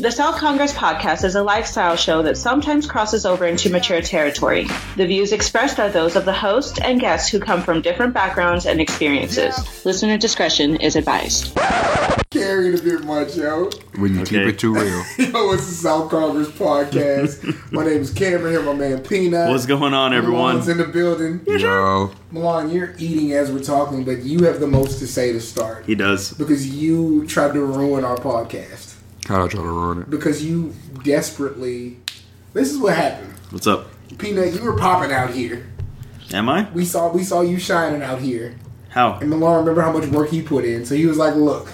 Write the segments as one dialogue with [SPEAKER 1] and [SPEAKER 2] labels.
[SPEAKER 1] The Cell Congress podcast is a lifestyle show that sometimes crosses over into mature territory. The views expressed are those of the host and guests who come from different backgrounds and experiences. Listener discretion is advised.
[SPEAKER 2] carried a bit much, yo.
[SPEAKER 3] When you keep
[SPEAKER 4] Okay.
[SPEAKER 3] it too real.
[SPEAKER 2] Yo, it's the South Congress podcast. my name is Cameron here, my man Peanut.
[SPEAKER 4] What's going on, everyone?
[SPEAKER 2] Milan's in the building.
[SPEAKER 3] Yo,
[SPEAKER 2] Milan, you're eating as we're talking, but you have the most to say to start
[SPEAKER 4] He does.
[SPEAKER 2] because you tried to ruin our podcast
[SPEAKER 3] kind of trying to ruin it.
[SPEAKER 2] because you desperately. This is what happened,
[SPEAKER 4] What's up?
[SPEAKER 2] Peanut. You were popping out here.
[SPEAKER 4] Am I?
[SPEAKER 2] We saw we saw you shining out here,
[SPEAKER 4] How?
[SPEAKER 2] and Milan remember how much work he put in. So he was like, "Look,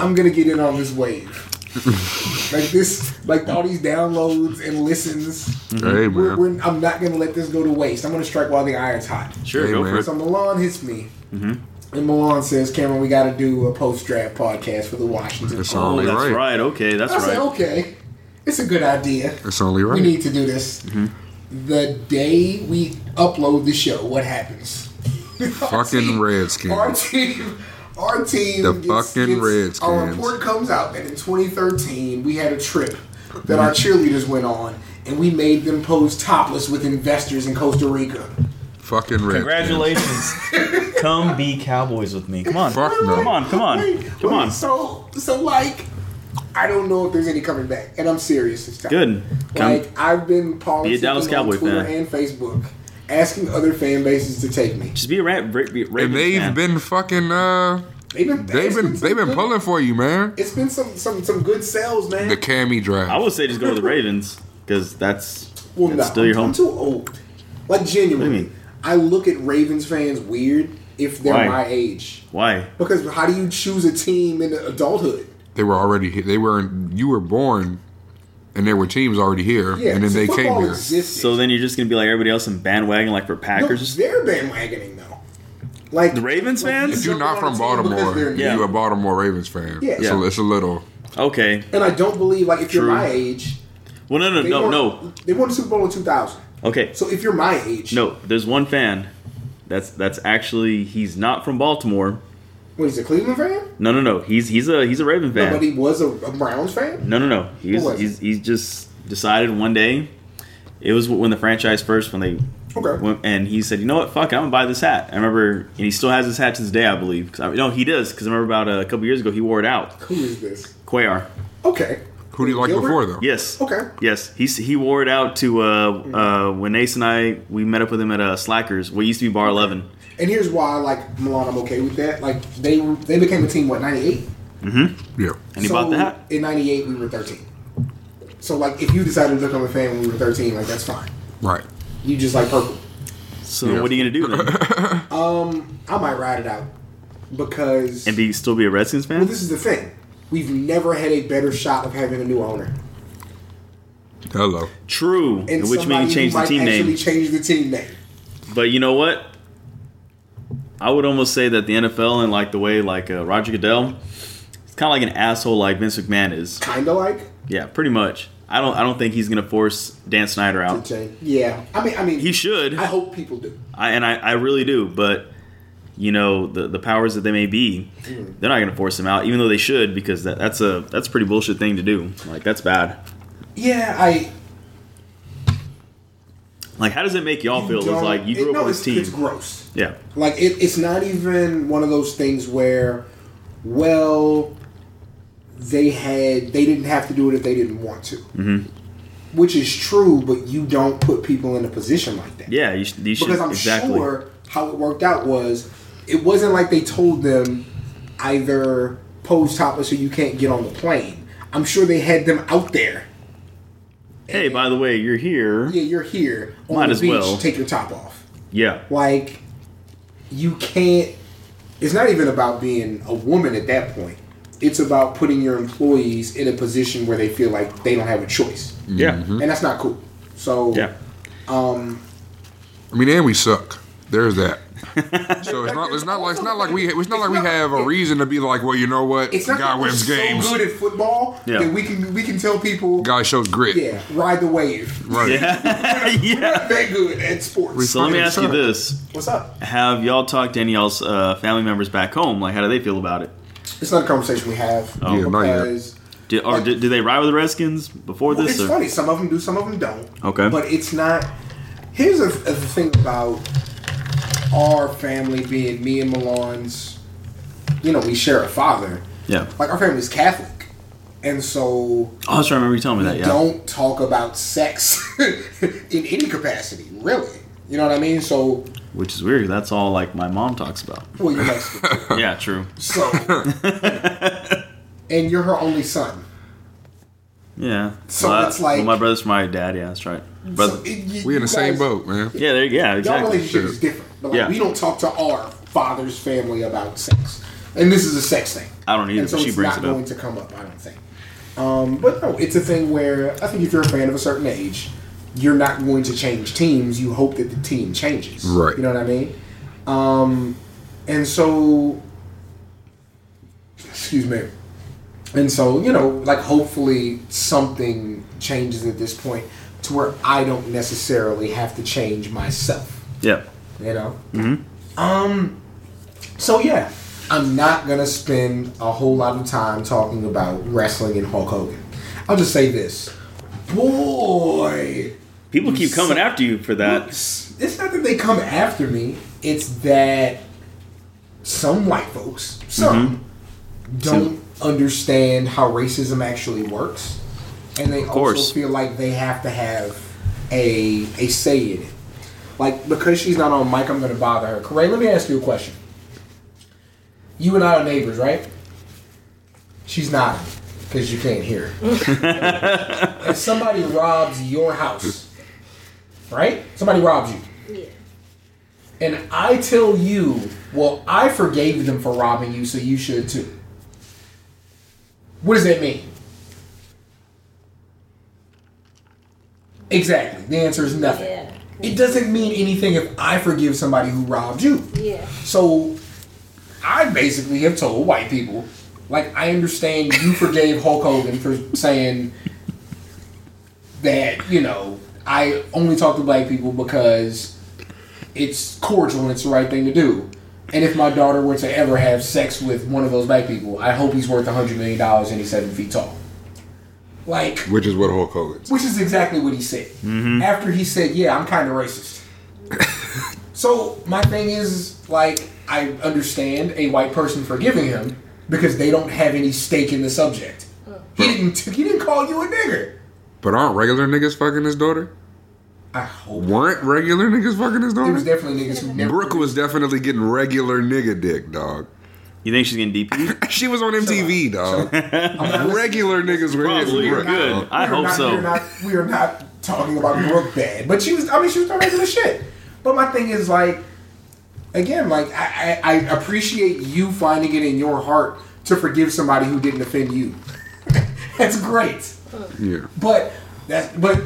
[SPEAKER 2] I'm gonna get in on this wave." like this, like all these downloads and listens. We're,
[SPEAKER 3] Hey,
[SPEAKER 4] Mm-hmm.
[SPEAKER 3] man.
[SPEAKER 2] we're, I'm not gonna let this go to waste. I'm gonna strike while the iron's hot.
[SPEAKER 4] Sure,
[SPEAKER 3] Hey,
[SPEAKER 4] go
[SPEAKER 3] man.
[SPEAKER 4] for
[SPEAKER 2] So Milan hits me, and Milan says, "Cameron, we got to do a post draft podcast for the Washington."
[SPEAKER 3] It's
[SPEAKER 2] Post."
[SPEAKER 4] Oh,
[SPEAKER 3] only
[SPEAKER 4] that's right.
[SPEAKER 3] right.
[SPEAKER 4] Okay, that's
[SPEAKER 2] I said,
[SPEAKER 4] right.
[SPEAKER 2] "Okay, it's a good idea.
[SPEAKER 3] It's only
[SPEAKER 2] We
[SPEAKER 3] right. Mm-hmm.
[SPEAKER 2] need to do this." The day we upload the show, what happens? Our
[SPEAKER 3] Fucking
[SPEAKER 2] team- Our
[SPEAKER 3] Redskins.
[SPEAKER 2] team. Our team.
[SPEAKER 3] The fucking
[SPEAKER 2] Our
[SPEAKER 3] Redskins.
[SPEAKER 2] report comes out that in 2013 we had a trip that our cheerleaders went on, and we made them pose topless with investors in Costa Rica.
[SPEAKER 3] Fucking Redskins.
[SPEAKER 4] Congratulations. come be Cowboys with me. Come on.
[SPEAKER 3] Fuck no.
[SPEAKER 4] Come on, come on.
[SPEAKER 2] Wait,
[SPEAKER 4] come
[SPEAKER 2] wait,
[SPEAKER 4] on.
[SPEAKER 2] So, so like, I don't know if there's any coming back, and I'm serious this time.
[SPEAKER 4] Good. Come.
[SPEAKER 2] Like I've been
[SPEAKER 4] Be a
[SPEAKER 2] politicking
[SPEAKER 4] Dallas
[SPEAKER 2] on
[SPEAKER 4] Cowboy
[SPEAKER 2] Twitter
[SPEAKER 4] fan.
[SPEAKER 2] and Facebook, asking other fan bases to take me.
[SPEAKER 4] Just be a rat. Ra- be a Ravens
[SPEAKER 3] And they've
[SPEAKER 4] fan.
[SPEAKER 3] been fucking uh
[SPEAKER 2] They've been
[SPEAKER 3] they've
[SPEAKER 2] it's
[SPEAKER 3] been
[SPEAKER 2] some
[SPEAKER 3] they've been
[SPEAKER 2] good-
[SPEAKER 3] pulling for you, man.
[SPEAKER 2] It's been some some some good sales, man.
[SPEAKER 3] The Cammy draft.
[SPEAKER 4] I would say just go to the Ravens because that's,
[SPEAKER 2] well,
[SPEAKER 4] that's
[SPEAKER 2] no,
[SPEAKER 4] still your
[SPEAKER 2] I'm-
[SPEAKER 4] home.
[SPEAKER 2] I'm too old. Like genuinely,
[SPEAKER 4] mean?
[SPEAKER 2] I look at Ravens fans weird if they're
[SPEAKER 4] Why?
[SPEAKER 2] my age.
[SPEAKER 4] Why?
[SPEAKER 2] Because how do you choose a team in adulthood?
[SPEAKER 3] they were already here. They were you were born, and there were teams already here,
[SPEAKER 2] Yeah,
[SPEAKER 3] and then
[SPEAKER 2] so
[SPEAKER 3] they
[SPEAKER 2] football
[SPEAKER 3] came here.
[SPEAKER 2] Existed.
[SPEAKER 4] So then you're just gonna be like everybody else and bandwagon like for
[SPEAKER 2] No,
[SPEAKER 4] Packers.
[SPEAKER 2] they're bandwagoning though. Like
[SPEAKER 4] The Ravens fans?
[SPEAKER 3] If you're not from Baltimore,
[SPEAKER 4] Yeah.
[SPEAKER 3] you're a Baltimore Ravens fan.
[SPEAKER 2] Yeah.
[SPEAKER 3] So
[SPEAKER 4] Yeah.
[SPEAKER 3] it's a little.
[SPEAKER 4] Okay.
[SPEAKER 2] and I don't believe like if
[SPEAKER 4] True.
[SPEAKER 2] you're my age,
[SPEAKER 4] Well, no, no,
[SPEAKER 2] they
[SPEAKER 4] no,
[SPEAKER 2] won,
[SPEAKER 4] no.
[SPEAKER 2] they won the Super Bowl in 2000.
[SPEAKER 4] Okay.
[SPEAKER 2] So if you're my age,
[SPEAKER 4] No, there's one fan. That's that's actually he's not from Baltimore.
[SPEAKER 2] what is it, Cleveland fan?
[SPEAKER 4] No, no, no. He's he's a he's a Raven fan.
[SPEAKER 2] But he was a, a Browns fan.
[SPEAKER 4] No, no, no. He's
[SPEAKER 2] What was it?
[SPEAKER 4] he's, he's just decided one day. It was when the franchise first when they
[SPEAKER 2] Okay.
[SPEAKER 4] went, and he said, "You know what? Fuck, I'm gonna buy this hat." I remember, and he still has this hat to this day, I believe. 'Cause I, no, he does because I remember about a couple years ago he wore it out.
[SPEAKER 2] Who is this?
[SPEAKER 4] Cuellar.
[SPEAKER 2] Okay.
[SPEAKER 3] Who do you like
[SPEAKER 2] Gilbert?
[SPEAKER 3] before though?
[SPEAKER 4] Yes.
[SPEAKER 2] Okay.
[SPEAKER 4] Yes, he he wore it out to uh, uh, when Ace and I we met up with him at uh, Slackers. What used to be Bar Eleven.
[SPEAKER 2] And here's why, like Milan, I'm okay with that. Like they were- they became a team what 98,
[SPEAKER 3] Yeah.
[SPEAKER 4] And he bought the hat?
[SPEAKER 2] In 98, we were 13. So like if you decided to become a fan when we were 13, like that's fine.
[SPEAKER 3] Right.
[SPEAKER 2] You just like purple.
[SPEAKER 4] So
[SPEAKER 3] Yeah.
[SPEAKER 4] what are you gonna do then?
[SPEAKER 2] Um, I might ride it out because
[SPEAKER 4] and be still be a Redskins fan?
[SPEAKER 2] Well, this is the thing. We've never had a better shot of having a new owner.
[SPEAKER 3] Hello.
[SPEAKER 4] True.
[SPEAKER 2] And
[SPEAKER 4] which
[SPEAKER 2] somebody who
[SPEAKER 4] means change the
[SPEAKER 2] might
[SPEAKER 4] team
[SPEAKER 2] actually
[SPEAKER 4] name.
[SPEAKER 2] Change the team name.
[SPEAKER 4] But you know what? I would almost say that the NFL and like the way like uh, Roger Goodell, it's kind of like an asshole like Vince McMahon is.
[SPEAKER 2] Kinda like.
[SPEAKER 4] Yeah, pretty much. I don't. I don't think he's gonna force Dan Snyder
[SPEAKER 2] to
[SPEAKER 4] out.
[SPEAKER 2] change. Yeah. I mean I mean
[SPEAKER 4] He should.
[SPEAKER 2] I hope people do.
[SPEAKER 4] I, and I, I really do. But you know the the powers that they may be,
[SPEAKER 2] Mm.
[SPEAKER 4] they're not gonna force him out, even though they should, because that, that's a that's a pretty bullshit thing to do. Like that's bad.
[SPEAKER 2] Yeah, I
[SPEAKER 4] Like how does it make y'all feel? It's
[SPEAKER 2] don't-
[SPEAKER 4] like you
[SPEAKER 2] it-
[SPEAKER 4] grew
[SPEAKER 2] no,
[SPEAKER 4] up with
[SPEAKER 2] it's-
[SPEAKER 4] this team.
[SPEAKER 2] It's gross.
[SPEAKER 4] yeah.
[SPEAKER 2] Like it, it's not even one of those things where well they had they didn't have to do it if they didn't want to. Mm-hmm. Which is true, but you don't put people in a position like that.
[SPEAKER 4] Yeah. You, sh- you should
[SPEAKER 2] because I'm
[SPEAKER 4] exactly.
[SPEAKER 2] sure how it worked out was it wasn't like they told them either pose topless or you can't get on the plane. I'm sure they had them out there.
[SPEAKER 4] Hey, by the way, you're here.
[SPEAKER 2] Yeah, you're here on
[SPEAKER 4] Might
[SPEAKER 2] the
[SPEAKER 4] as
[SPEAKER 2] beach.
[SPEAKER 4] well.
[SPEAKER 2] Take your top off.
[SPEAKER 4] yeah.
[SPEAKER 2] Like you can't. It's not even about being a woman at that point. It's about putting your employees in a position where they feel like they don't have a choice,
[SPEAKER 4] Yeah.
[SPEAKER 2] and that's not cool. So
[SPEAKER 4] Mm. Yeah.
[SPEAKER 3] I mean, and we suck. There's that. So it's not. It's not like. It's not like we. It's not like we have a reason to be like. Well, you know what?
[SPEAKER 2] it's not
[SPEAKER 3] Guy
[SPEAKER 2] that we're
[SPEAKER 3] wins
[SPEAKER 2] so
[SPEAKER 3] games.
[SPEAKER 2] good at football
[SPEAKER 4] Yeah.
[SPEAKER 2] that we can we can tell people
[SPEAKER 3] Guy shows grit.
[SPEAKER 2] Yeah, ride the wave.
[SPEAKER 3] Right.
[SPEAKER 4] yeah.
[SPEAKER 2] That good at sports.
[SPEAKER 4] So let me
[SPEAKER 3] Fucking
[SPEAKER 4] ask you
[SPEAKER 3] suck.
[SPEAKER 4] this:
[SPEAKER 2] What's up?
[SPEAKER 4] Have y'all talked to any y'all's uh, family members back home? Like, how do they feel about it? Oh,
[SPEAKER 2] It's not a conversation we have
[SPEAKER 3] Yeah, not yet.
[SPEAKER 2] because
[SPEAKER 4] Do, or do, do they ride with the Redskins before
[SPEAKER 2] Well,
[SPEAKER 4] this?
[SPEAKER 2] it's
[SPEAKER 4] or-
[SPEAKER 2] funny. Some of them do, some of them don't.
[SPEAKER 4] Okay.
[SPEAKER 2] But it's not. Here's a, a thing about our family being me and Milan's. You know, we share a father.
[SPEAKER 4] Yeah.
[SPEAKER 2] Like our family's Catholic, and so
[SPEAKER 4] Oh, I was trying to remember you telling me that. Yeah.
[SPEAKER 2] don't talk about sex in any capacity, really. You know what I mean? So,
[SPEAKER 4] Which is weird. That's all like my mom talks about.
[SPEAKER 2] well, you're Mexican. too.
[SPEAKER 4] yeah. True.
[SPEAKER 2] so, and you're her only son.
[SPEAKER 4] Yeah.
[SPEAKER 2] So
[SPEAKER 4] Well, I-
[SPEAKER 2] it's like-
[SPEAKER 4] well, my brother's my dad. Yeah, that's right. Brother.
[SPEAKER 2] So, it- you-
[SPEAKER 3] We
[SPEAKER 2] you
[SPEAKER 3] in the same
[SPEAKER 2] guys-
[SPEAKER 3] boat, man.
[SPEAKER 4] yeah. There. Yeah.
[SPEAKER 2] Y'all
[SPEAKER 4] Exactly.
[SPEAKER 2] relationship is different. But like,
[SPEAKER 4] Yeah.
[SPEAKER 2] we don't talk to our father's family about sex, and this is a sex thing.
[SPEAKER 4] I don't either,
[SPEAKER 2] And so
[SPEAKER 4] but she
[SPEAKER 2] it's
[SPEAKER 4] brings
[SPEAKER 2] not
[SPEAKER 4] it up.
[SPEAKER 2] going to come up. I don't think. Um, but no, it's a thing where I think if you're a fan of a certain age, you're not going to change teams. You hope that the team changes.
[SPEAKER 3] Right.
[SPEAKER 2] You know what I mean? Um, and so, excuse me. And so, you know, like hopefully something changes at this point to where I don't necessarily have to change myself
[SPEAKER 4] Yeah.
[SPEAKER 2] you know. Mm-hmm. Um. So yeah, I'm not gonna spend a whole lot of time talking about wrestling and Hulk Hogan. I'll just say this, boy.
[SPEAKER 4] People keep coming after you for that.
[SPEAKER 2] It's it's not that they come after me. It's that some white folks, some, don't understand how racism actually works, and they
[SPEAKER 4] course.
[SPEAKER 2] also feel like they have to have a a say in it. Like because she's not on mic, I'm going to bother her. Correct? Let me ask you a question. You and I are neighbors, right? She's not because you can't hear. her. if somebody robs your house, right? Somebody robs you. And I tell you, well, I forgave them for robbing you, so you should too. What does that mean? Exactly. The answer is nothing.
[SPEAKER 5] Yeah.
[SPEAKER 2] It doesn't mean anything if I forgive somebody who robbed you.
[SPEAKER 5] Yeah.
[SPEAKER 2] So I basically have told white people, like, I understand you forgave Hulk Hogan for saying that, you know, I only talk to black people because it's cordial and it's the right thing to do. And if my daughter were to ever have sex with one of those black people, I hope he's worth $100 million and he's seven feet tall. Like,
[SPEAKER 3] Which is what Hulk Hogan.
[SPEAKER 2] which is exactly what he said. After he said, "Yeah, I'm kind of racist." so my thing is like I understand a white person forgiving him because they don't have any stake in the subject. He didn't. He didn't call you a nigger.
[SPEAKER 3] But aren't regular niggas fucking his daughter?
[SPEAKER 2] I hope
[SPEAKER 3] Weren't regular niggas fucking his
[SPEAKER 2] there was
[SPEAKER 3] daughter?
[SPEAKER 2] definitely niggas who never.
[SPEAKER 3] Brooke was definitely getting regular nigga dick, dog.
[SPEAKER 4] You think she's getting DP?
[SPEAKER 3] She was on MTV, dog.
[SPEAKER 2] I'm not-
[SPEAKER 3] Regular niggas were
[SPEAKER 4] Probably.
[SPEAKER 3] hitting Brooke.
[SPEAKER 4] Good.
[SPEAKER 3] dog.
[SPEAKER 4] I
[SPEAKER 2] we are
[SPEAKER 4] hope
[SPEAKER 2] not,
[SPEAKER 4] so.
[SPEAKER 2] We are, not, we are not talking about Brooke bad, but she was. I mean, she was doing regular shit. But my thing is like, again, like I, I, I appreciate you finding it in your heart to forgive somebody who didn't offend you. That's great.
[SPEAKER 3] Yeah.
[SPEAKER 2] But that's but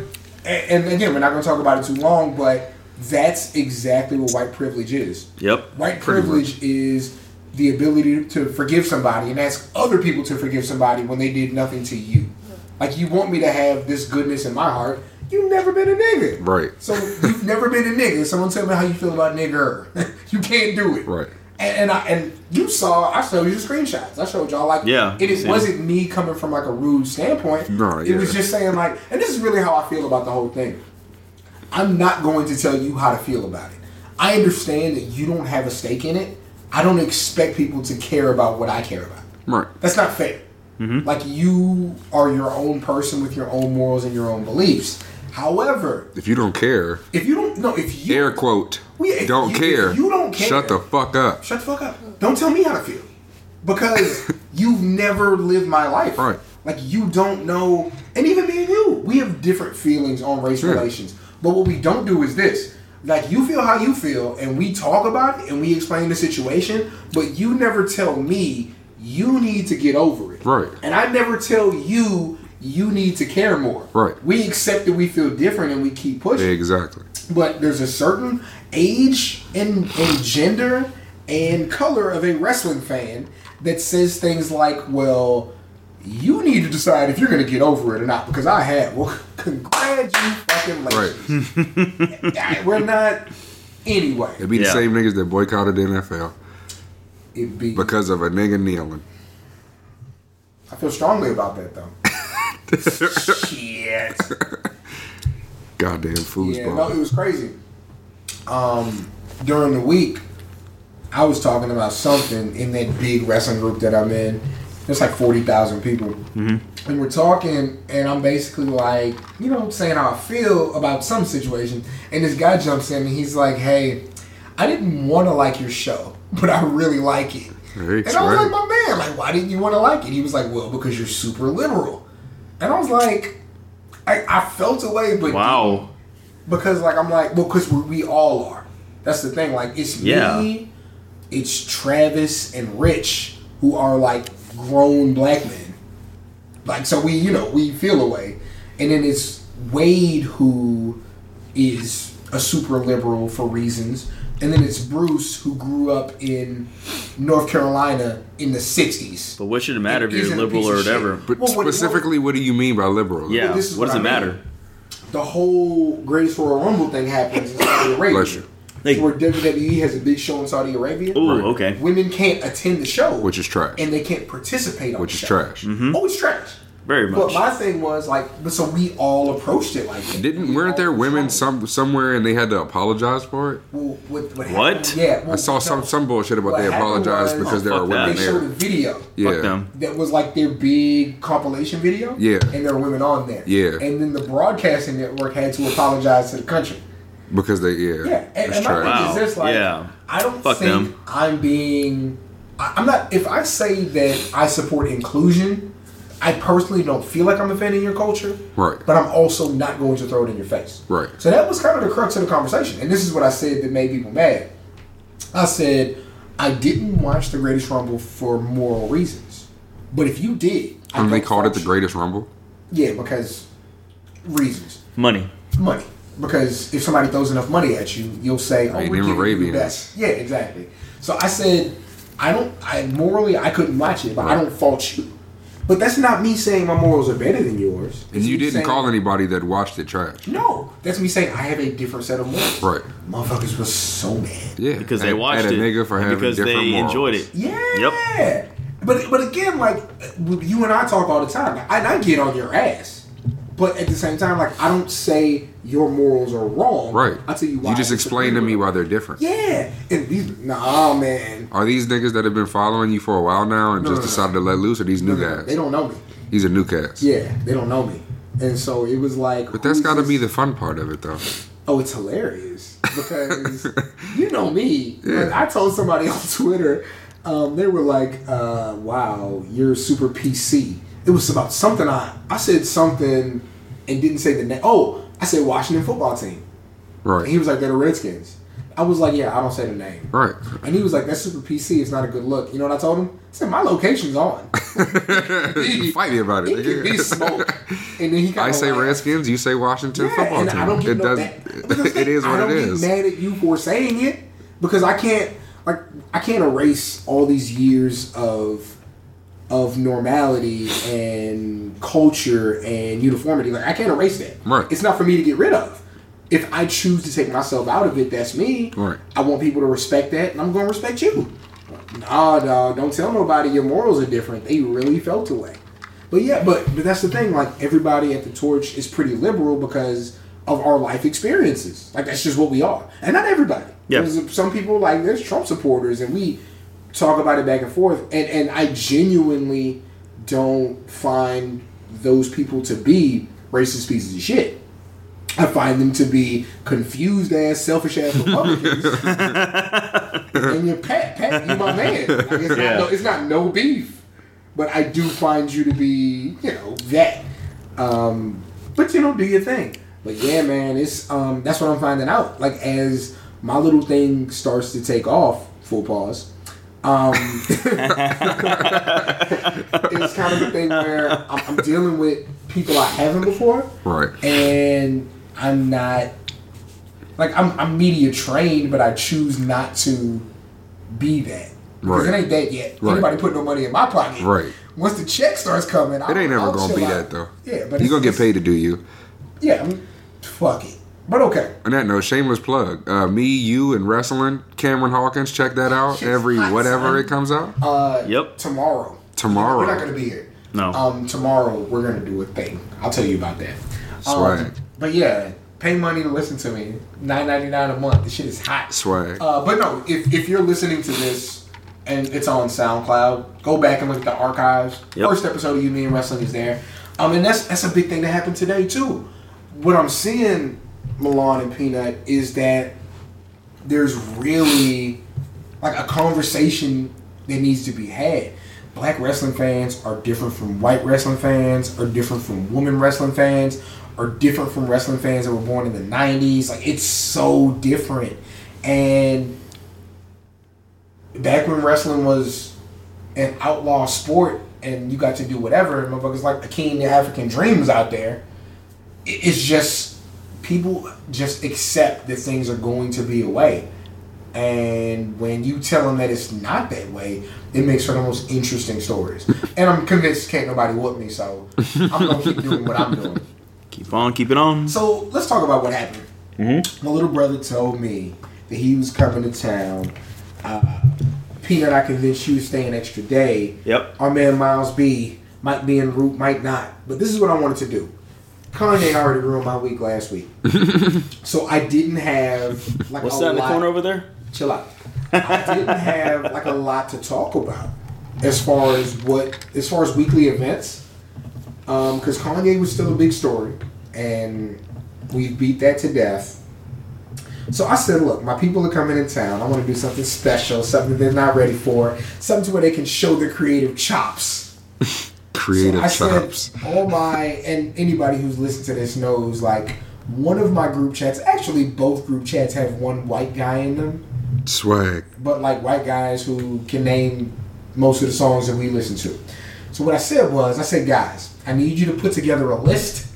[SPEAKER 2] a- and again, we're not going to talk about it too long. But that's exactly what white privilege is.
[SPEAKER 4] Yep.
[SPEAKER 2] White
[SPEAKER 3] Pretty
[SPEAKER 2] privilege is the ability to forgive somebody and ask other people to forgive somebody when they did nothing to you. Like you want me to have this goodness in my heart. You've never been a nigga.
[SPEAKER 3] Right.
[SPEAKER 2] So you've never been a nigga. Someone tell me how you feel about nigger. you can't do it.
[SPEAKER 3] Right.
[SPEAKER 2] And, and I and you saw I showed you the screenshots. I showed y'all like
[SPEAKER 4] Yeah,
[SPEAKER 2] And it
[SPEAKER 4] same.
[SPEAKER 2] wasn't me coming from like a rude standpoint.
[SPEAKER 3] No,
[SPEAKER 2] it was
[SPEAKER 3] yeah.
[SPEAKER 2] just saying like, and this is really how I feel about the whole thing. I'm not going to tell you how to feel about it. I understand that you don't have a stake in it. I don't expect people to care about what I care about.
[SPEAKER 3] Right.
[SPEAKER 2] That's not fair. Like you are your own person with your own morals and your own beliefs. However,
[SPEAKER 3] If you don't care,
[SPEAKER 2] if you don't no, if you
[SPEAKER 3] air quote,
[SPEAKER 2] We- if
[SPEAKER 3] don't
[SPEAKER 2] you- if
[SPEAKER 3] care.
[SPEAKER 2] you don't care-
[SPEAKER 3] Shut the fuck up.
[SPEAKER 2] shut the fuck up. Don't tell me how to feel. Because you've never lived my life.
[SPEAKER 3] Right.
[SPEAKER 2] Like you don't know and even me and you, we have different feelings on race
[SPEAKER 3] Sure.
[SPEAKER 2] relations. But what we don't do is this. Like you feel how you feel and we talk about it and we explain the situation, but you never tell me you need to get over it.
[SPEAKER 3] Right.
[SPEAKER 2] And I never tell you you need to care more.
[SPEAKER 3] Right.
[SPEAKER 2] We accept that we feel different and we keep pushing
[SPEAKER 3] Exactly.
[SPEAKER 2] but there's a certain age and, and gender and color of a wrestling fan that says things like, "Well, you need to decide if you're going to get over it or not because I have." Well,
[SPEAKER 4] Hmm.
[SPEAKER 2] congratulations. I- We're not anyway.
[SPEAKER 3] It'd be the
[SPEAKER 4] Yeah.
[SPEAKER 3] same niggas that boycotted the NFL
[SPEAKER 2] It be
[SPEAKER 3] because of a nigga kneeling.
[SPEAKER 2] I feel strongly about that though. Shit.
[SPEAKER 3] Goddamn foosball.
[SPEAKER 2] Yeah, no, it was crazy. Um, during the week, I was talking about something in that big wrestling group that I'm in. There's like forty thousand people, and we're talking, and I'm basically like, you know, saying how I feel about some situation, and this guy jumps in, and he's like, "Hey, I didn't want to like your show, but I really like it."
[SPEAKER 3] Very
[SPEAKER 2] and I was like,
[SPEAKER 3] exciting.
[SPEAKER 2] "My man, like, why didn't you want to like it?" He was like, "Well, because you're super liberal," and I was like, I, I felt away, but
[SPEAKER 4] Wow.
[SPEAKER 2] because like I'm like, well, because we, we all are. That's the thing. Like it's
[SPEAKER 4] Yeah.
[SPEAKER 2] me, it's Travis and Rich who are like grown black men. Like so we, you know, we feel a way, and then it's Wade who is a super liberal for reasons, and then it's Bruce who grew up in North Carolina in the '60s.
[SPEAKER 4] But what should it matter if
[SPEAKER 2] Isn't
[SPEAKER 4] you're
[SPEAKER 2] a
[SPEAKER 4] liberal
[SPEAKER 2] piece of
[SPEAKER 4] or
[SPEAKER 2] shit.
[SPEAKER 4] whatever?
[SPEAKER 3] But
[SPEAKER 2] Well, what-
[SPEAKER 3] specifically, what, do you mean by liberal?
[SPEAKER 4] yeah.
[SPEAKER 2] this is
[SPEAKER 4] what does
[SPEAKER 2] what
[SPEAKER 4] it
[SPEAKER 2] I mean.
[SPEAKER 4] matter?
[SPEAKER 2] The whole Greatest Royal Rumble thing happens in Saudi Arabia.
[SPEAKER 3] Bless you.
[SPEAKER 4] Like,
[SPEAKER 2] where WWE has a big show in Saudi Arabia.
[SPEAKER 4] ooh, okay.
[SPEAKER 2] Women can't attend the show,
[SPEAKER 3] Which is trash.
[SPEAKER 2] and they can't participate on
[SPEAKER 3] Which
[SPEAKER 2] the
[SPEAKER 3] is
[SPEAKER 2] show.
[SPEAKER 3] trash.
[SPEAKER 4] Mm-hmm.
[SPEAKER 3] Hmm?
[SPEAKER 2] Oh, it's trash.
[SPEAKER 4] Very
[SPEAKER 2] But
[SPEAKER 4] much.
[SPEAKER 2] my thing was like, but so we all approached it like, that.
[SPEAKER 3] Didn't
[SPEAKER 2] We
[SPEAKER 3] weren't
[SPEAKER 2] all
[SPEAKER 3] there women
[SPEAKER 2] approached
[SPEAKER 3] some somewhere and they had to apologize for it?
[SPEAKER 2] it. Well, what? What?
[SPEAKER 4] What?
[SPEAKER 2] happened- Yeah, well,
[SPEAKER 3] I saw some
[SPEAKER 2] no.
[SPEAKER 3] some bullshit about
[SPEAKER 2] What
[SPEAKER 3] they
[SPEAKER 2] happened
[SPEAKER 3] apologized
[SPEAKER 2] was-
[SPEAKER 3] because
[SPEAKER 2] Oh,
[SPEAKER 3] there were
[SPEAKER 4] fuck
[SPEAKER 3] women
[SPEAKER 4] that.
[SPEAKER 2] They showed a
[SPEAKER 3] there.
[SPEAKER 2] video
[SPEAKER 3] Yeah.
[SPEAKER 4] Fuck them.
[SPEAKER 2] that was like their big compilation video.
[SPEAKER 3] Yeah.
[SPEAKER 2] and there were women on there.
[SPEAKER 3] Yeah.
[SPEAKER 2] and then the broadcasting network had to apologize to the country.
[SPEAKER 3] Because they yeah.
[SPEAKER 2] Yeah, and,
[SPEAKER 3] That's
[SPEAKER 2] and my
[SPEAKER 3] trash.
[SPEAKER 2] thing
[SPEAKER 4] Wow.
[SPEAKER 2] is this: like,
[SPEAKER 4] Yeah.
[SPEAKER 2] I don't
[SPEAKER 4] Fuck
[SPEAKER 2] think
[SPEAKER 4] them.
[SPEAKER 2] I'm being. I, I'm not. If I say that I support inclusion, I personally don't feel like I'm offending your culture.
[SPEAKER 3] Right.
[SPEAKER 2] But I'm also not going to throw it in your face.
[SPEAKER 3] Right.
[SPEAKER 2] So that was kind of the crux of the conversation, and this is what I said that made people mad. I said I didn't watch the Greatest Rumble for moral reasons, but if you did, I
[SPEAKER 3] And they
[SPEAKER 2] don't
[SPEAKER 3] called it the
[SPEAKER 2] fault you.
[SPEAKER 3] greatest rumble.
[SPEAKER 2] Yeah, because reasons
[SPEAKER 4] Money.
[SPEAKER 2] money because if somebody throws enough money at you, you'll say, "Oh,
[SPEAKER 3] Ain't
[SPEAKER 2] we're
[SPEAKER 3] them
[SPEAKER 2] giving you the
[SPEAKER 3] Arabians.
[SPEAKER 2] best." Yeah, exactly. So I said, "I don't. I morally, I couldn't watch it, but I don't fault you." But that's not me saying my morals are better than yours.
[SPEAKER 3] And
[SPEAKER 2] It's
[SPEAKER 3] you
[SPEAKER 2] me
[SPEAKER 3] didn't
[SPEAKER 2] saying-
[SPEAKER 3] call anybody that watched it trash.
[SPEAKER 2] No, that's me saying I have a different set of morals.
[SPEAKER 3] Right.
[SPEAKER 2] Motherfuckers was so mad.
[SPEAKER 3] Yeah.
[SPEAKER 4] Because they
[SPEAKER 3] At-
[SPEAKER 4] watched
[SPEAKER 3] at a
[SPEAKER 4] it.
[SPEAKER 3] nigga for
[SPEAKER 4] and
[SPEAKER 3] having
[SPEAKER 4] because
[SPEAKER 3] different
[SPEAKER 4] they
[SPEAKER 3] morals.
[SPEAKER 4] enjoyed it.
[SPEAKER 2] Yeah.
[SPEAKER 4] Yep.
[SPEAKER 2] But but again, like you and I talk all the time, and I get on your ass. But at the same time, like I don't say your morals are wrong.
[SPEAKER 3] Right.
[SPEAKER 2] I tell you why.
[SPEAKER 3] You just
[SPEAKER 2] I disagree
[SPEAKER 3] explain to
[SPEAKER 2] with
[SPEAKER 3] me
[SPEAKER 2] them.
[SPEAKER 3] why they're different.
[SPEAKER 2] Yeah. And these nah man.
[SPEAKER 3] Are these niggas that have been following you for a while now and
[SPEAKER 2] No,
[SPEAKER 3] just
[SPEAKER 2] no, no.
[SPEAKER 3] decided to let loose? Or these new guys?
[SPEAKER 2] They don't know me.
[SPEAKER 3] These are new cats.
[SPEAKER 2] Yeah, they don't know me. And so it was like
[SPEAKER 3] But that's got to be the fun part of it, though.
[SPEAKER 2] Oh, it's hilarious. Because you know me. Like, I told somebody on Twitter, um, they were like, uh, wow, you're super PC. It was about something I I said something and didn't say the name. Oh, I said Washington football team. And he
[SPEAKER 3] Right.
[SPEAKER 2] was like, they're the Redskins. I was like, yeah, I don't say the name.
[SPEAKER 3] Right.
[SPEAKER 2] And he was like, that's super PC. It's not a good look. You know what I told him? I said, my location's on.
[SPEAKER 3] Fight me about it.
[SPEAKER 2] It can be
[SPEAKER 3] nigga.
[SPEAKER 2] smoke. And then he kinda
[SPEAKER 3] I say
[SPEAKER 2] like,
[SPEAKER 3] Redskins, you say Washington
[SPEAKER 2] Yeah,
[SPEAKER 3] football
[SPEAKER 2] and
[SPEAKER 3] team.
[SPEAKER 2] I don't get
[SPEAKER 3] it
[SPEAKER 2] no
[SPEAKER 3] does.
[SPEAKER 2] Bad, But that's the
[SPEAKER 3] it
[SPEAKER 2] thing,
[SPEAKER 3] is
[SPEAKER 2] I
[SPEAKER 3] what
[SPEAKER 2] don't
[SPEAKER 3] it
[SPEAKER 2] get
[SPEAKER 3] is.
[SPEAKER 2] mad at you for saying it because I can't like I can't erase all these years of of normality and culture and uniformity. Like I can't erase that.
[SPEAKER 3] Right.
[SPEAKER 2] It's not for me to get rid of. If I choose to take myself out of it, that's me.
[SPEAKER 3] Right.
[SPEAKER 2] I want people to respect that, and I'm going to respect you. Nah, dog. Don't tell nobody your morals are different. They really felt away. But yeah, but, but that's the thing. Like everybody at the torch is pretty liberal because of our life experiences. Like that's just what we are, and not everybody.
[SPEAKER 4] Yeah.
[SPEAKER 2] There's some people like there's Trump supporters, and we talk about it back and forth. And and I genuinely don't find those people to be racist pieces of shit. I find them to be confused ass, selfish ass Republicans. and you're Pat, Pat, you my man. Like, it's,
[SPEAKER 4] Yeah.
[SPEAKER 2] not no, it's not no beef, but I do find you to be, you know, that. Um, but you know, do your thing. But yeah, man, it's um, that's what I'm finding out. Like as my little thing starts to take off, full pause. Um, it's kind of the thing where I'm, I'm dealing with people I haven't before,
[SPEAKER 3] Right.
[SPEAKER 2] and I'm not like I'm, I'm media trained, but I choose not to be that because
[SPEAKER 3] Right.
[SPEAKER 2] it ain't that yet.
[SPEAKER 3] Right.
[SPEAKER 2] Anybody put no money in my pocket.
[SPEAKER 3] Right.
[SPEAKER 2] Once the check starts coming,
[SPEAKER 3] It ain't ever gonna be that though.
[SPEAKER 2] Yeah, but
[SPEAKER 3] you
[SPEAKER 2] it's-
[SPEAKER 3] gonna get
[SPEAKER 2] it's-
[SPEAKER 3] paid to do you.
[SPEAKER 2] Yeah, I mean, fuck it. But okay,
[SPEAKER 3] On that note, shameless plug. Uh, me, you, and wrestling. Cameron Hawkins. Check that out
[SPEAKER 2] Shit's
[SPEAKER 3] every
[SPEAKER 2] hot,
[SPEAKER 3] whatever
[SPEAKER 2] son.
[SPEAKER 3] it comes out
[SPEAKER 2] uh,
[SPEAKER 4] Yep.
[SPEAKER 2] tomorrow.
[SPEAKER 3] tomorrow.
[SPEAKER 2] We're not gonna be here.
[SPEAKER 4] No.
[SPEAKER 2] Um, tomorrow we're gonna do a thing. I'll tell you about that. Um,
[SPEAKER 3] Swag.
[SPEAKER 2] But yeah, pay money to listen to me. Nine ninety nine a month. This shit is hot.
[SPEAKER 3] Swag.
[SPEAKER 2] Uh, but no, if if you're listening to this and it's on SoundCloud, go back and look at the archives.
[SPEAKER 4] Yep.
[SPEAKER 2] First episode of You Me and Wrestling is there. Um, and that's that's a big thing that happened today too. What I'm seeing, Milan and Peanut, is that there's really like a conversation that needs to be had. Black wrestling fans are different from white wrestling fans, are different from women wrestling fans, are different from wrestling fans that were born in the 90s. Like, it's so different. And back when wrestling was an outlaw sport and you got to do whatever, motherfuckers like the King the African Dreams out there, i- it's just people just accept that things are going to be a way. And when you tell them that it's not that way, it makes for the most interesting stories. and I'm convinced can't nobody whoop me, so I'm gonna keep doing what I'm doing.
[SPEAKER 4] Keep on, keep it on.
[SPEAKER 2] Um, So let's talk about what happened.
[SPEAKER 4] Mm-hmm.
[SPEAKER 2] My little brother told me that he was coming to town. Uh, Peanut, I convinced you to stay an extra day.
[SPEAKER 4] Yep.
[SPEAKER 2] Our man Miles B might be en route, might not. But this is what I wanted to do. Kanye already ruined my week last week, so I didn't have like
[SPEAKER 4] What's
[SPEAKER 2] a
[SPEAKER 4] that in the
[SPEAKER 2] lot-
[SPEAKER 4] corner over there?
[SPEAKER 2] chill out. I didn't have like a lot to talk about as far as what as far as weekly events, because Kanye was still a big story, and we beat that to death. So I said, look, my people are coming in town. I want to do something special, something they're not ready for, something to where they can show their creative chops.
[SPEAKER 3] Creative
[SPEAKER 2] So I
[SPEAKER 3] chops.
[SPEAKER 2] said, all my and anybody who's listened to this knows like one of my group chats, actually both group chats have one white guy in them
[SPEAKER 3] Swag.
[SPEAKER 2] but like white guys who can name most of the songs that we listen to. So what I said was, I said, guys, I need you to put together a list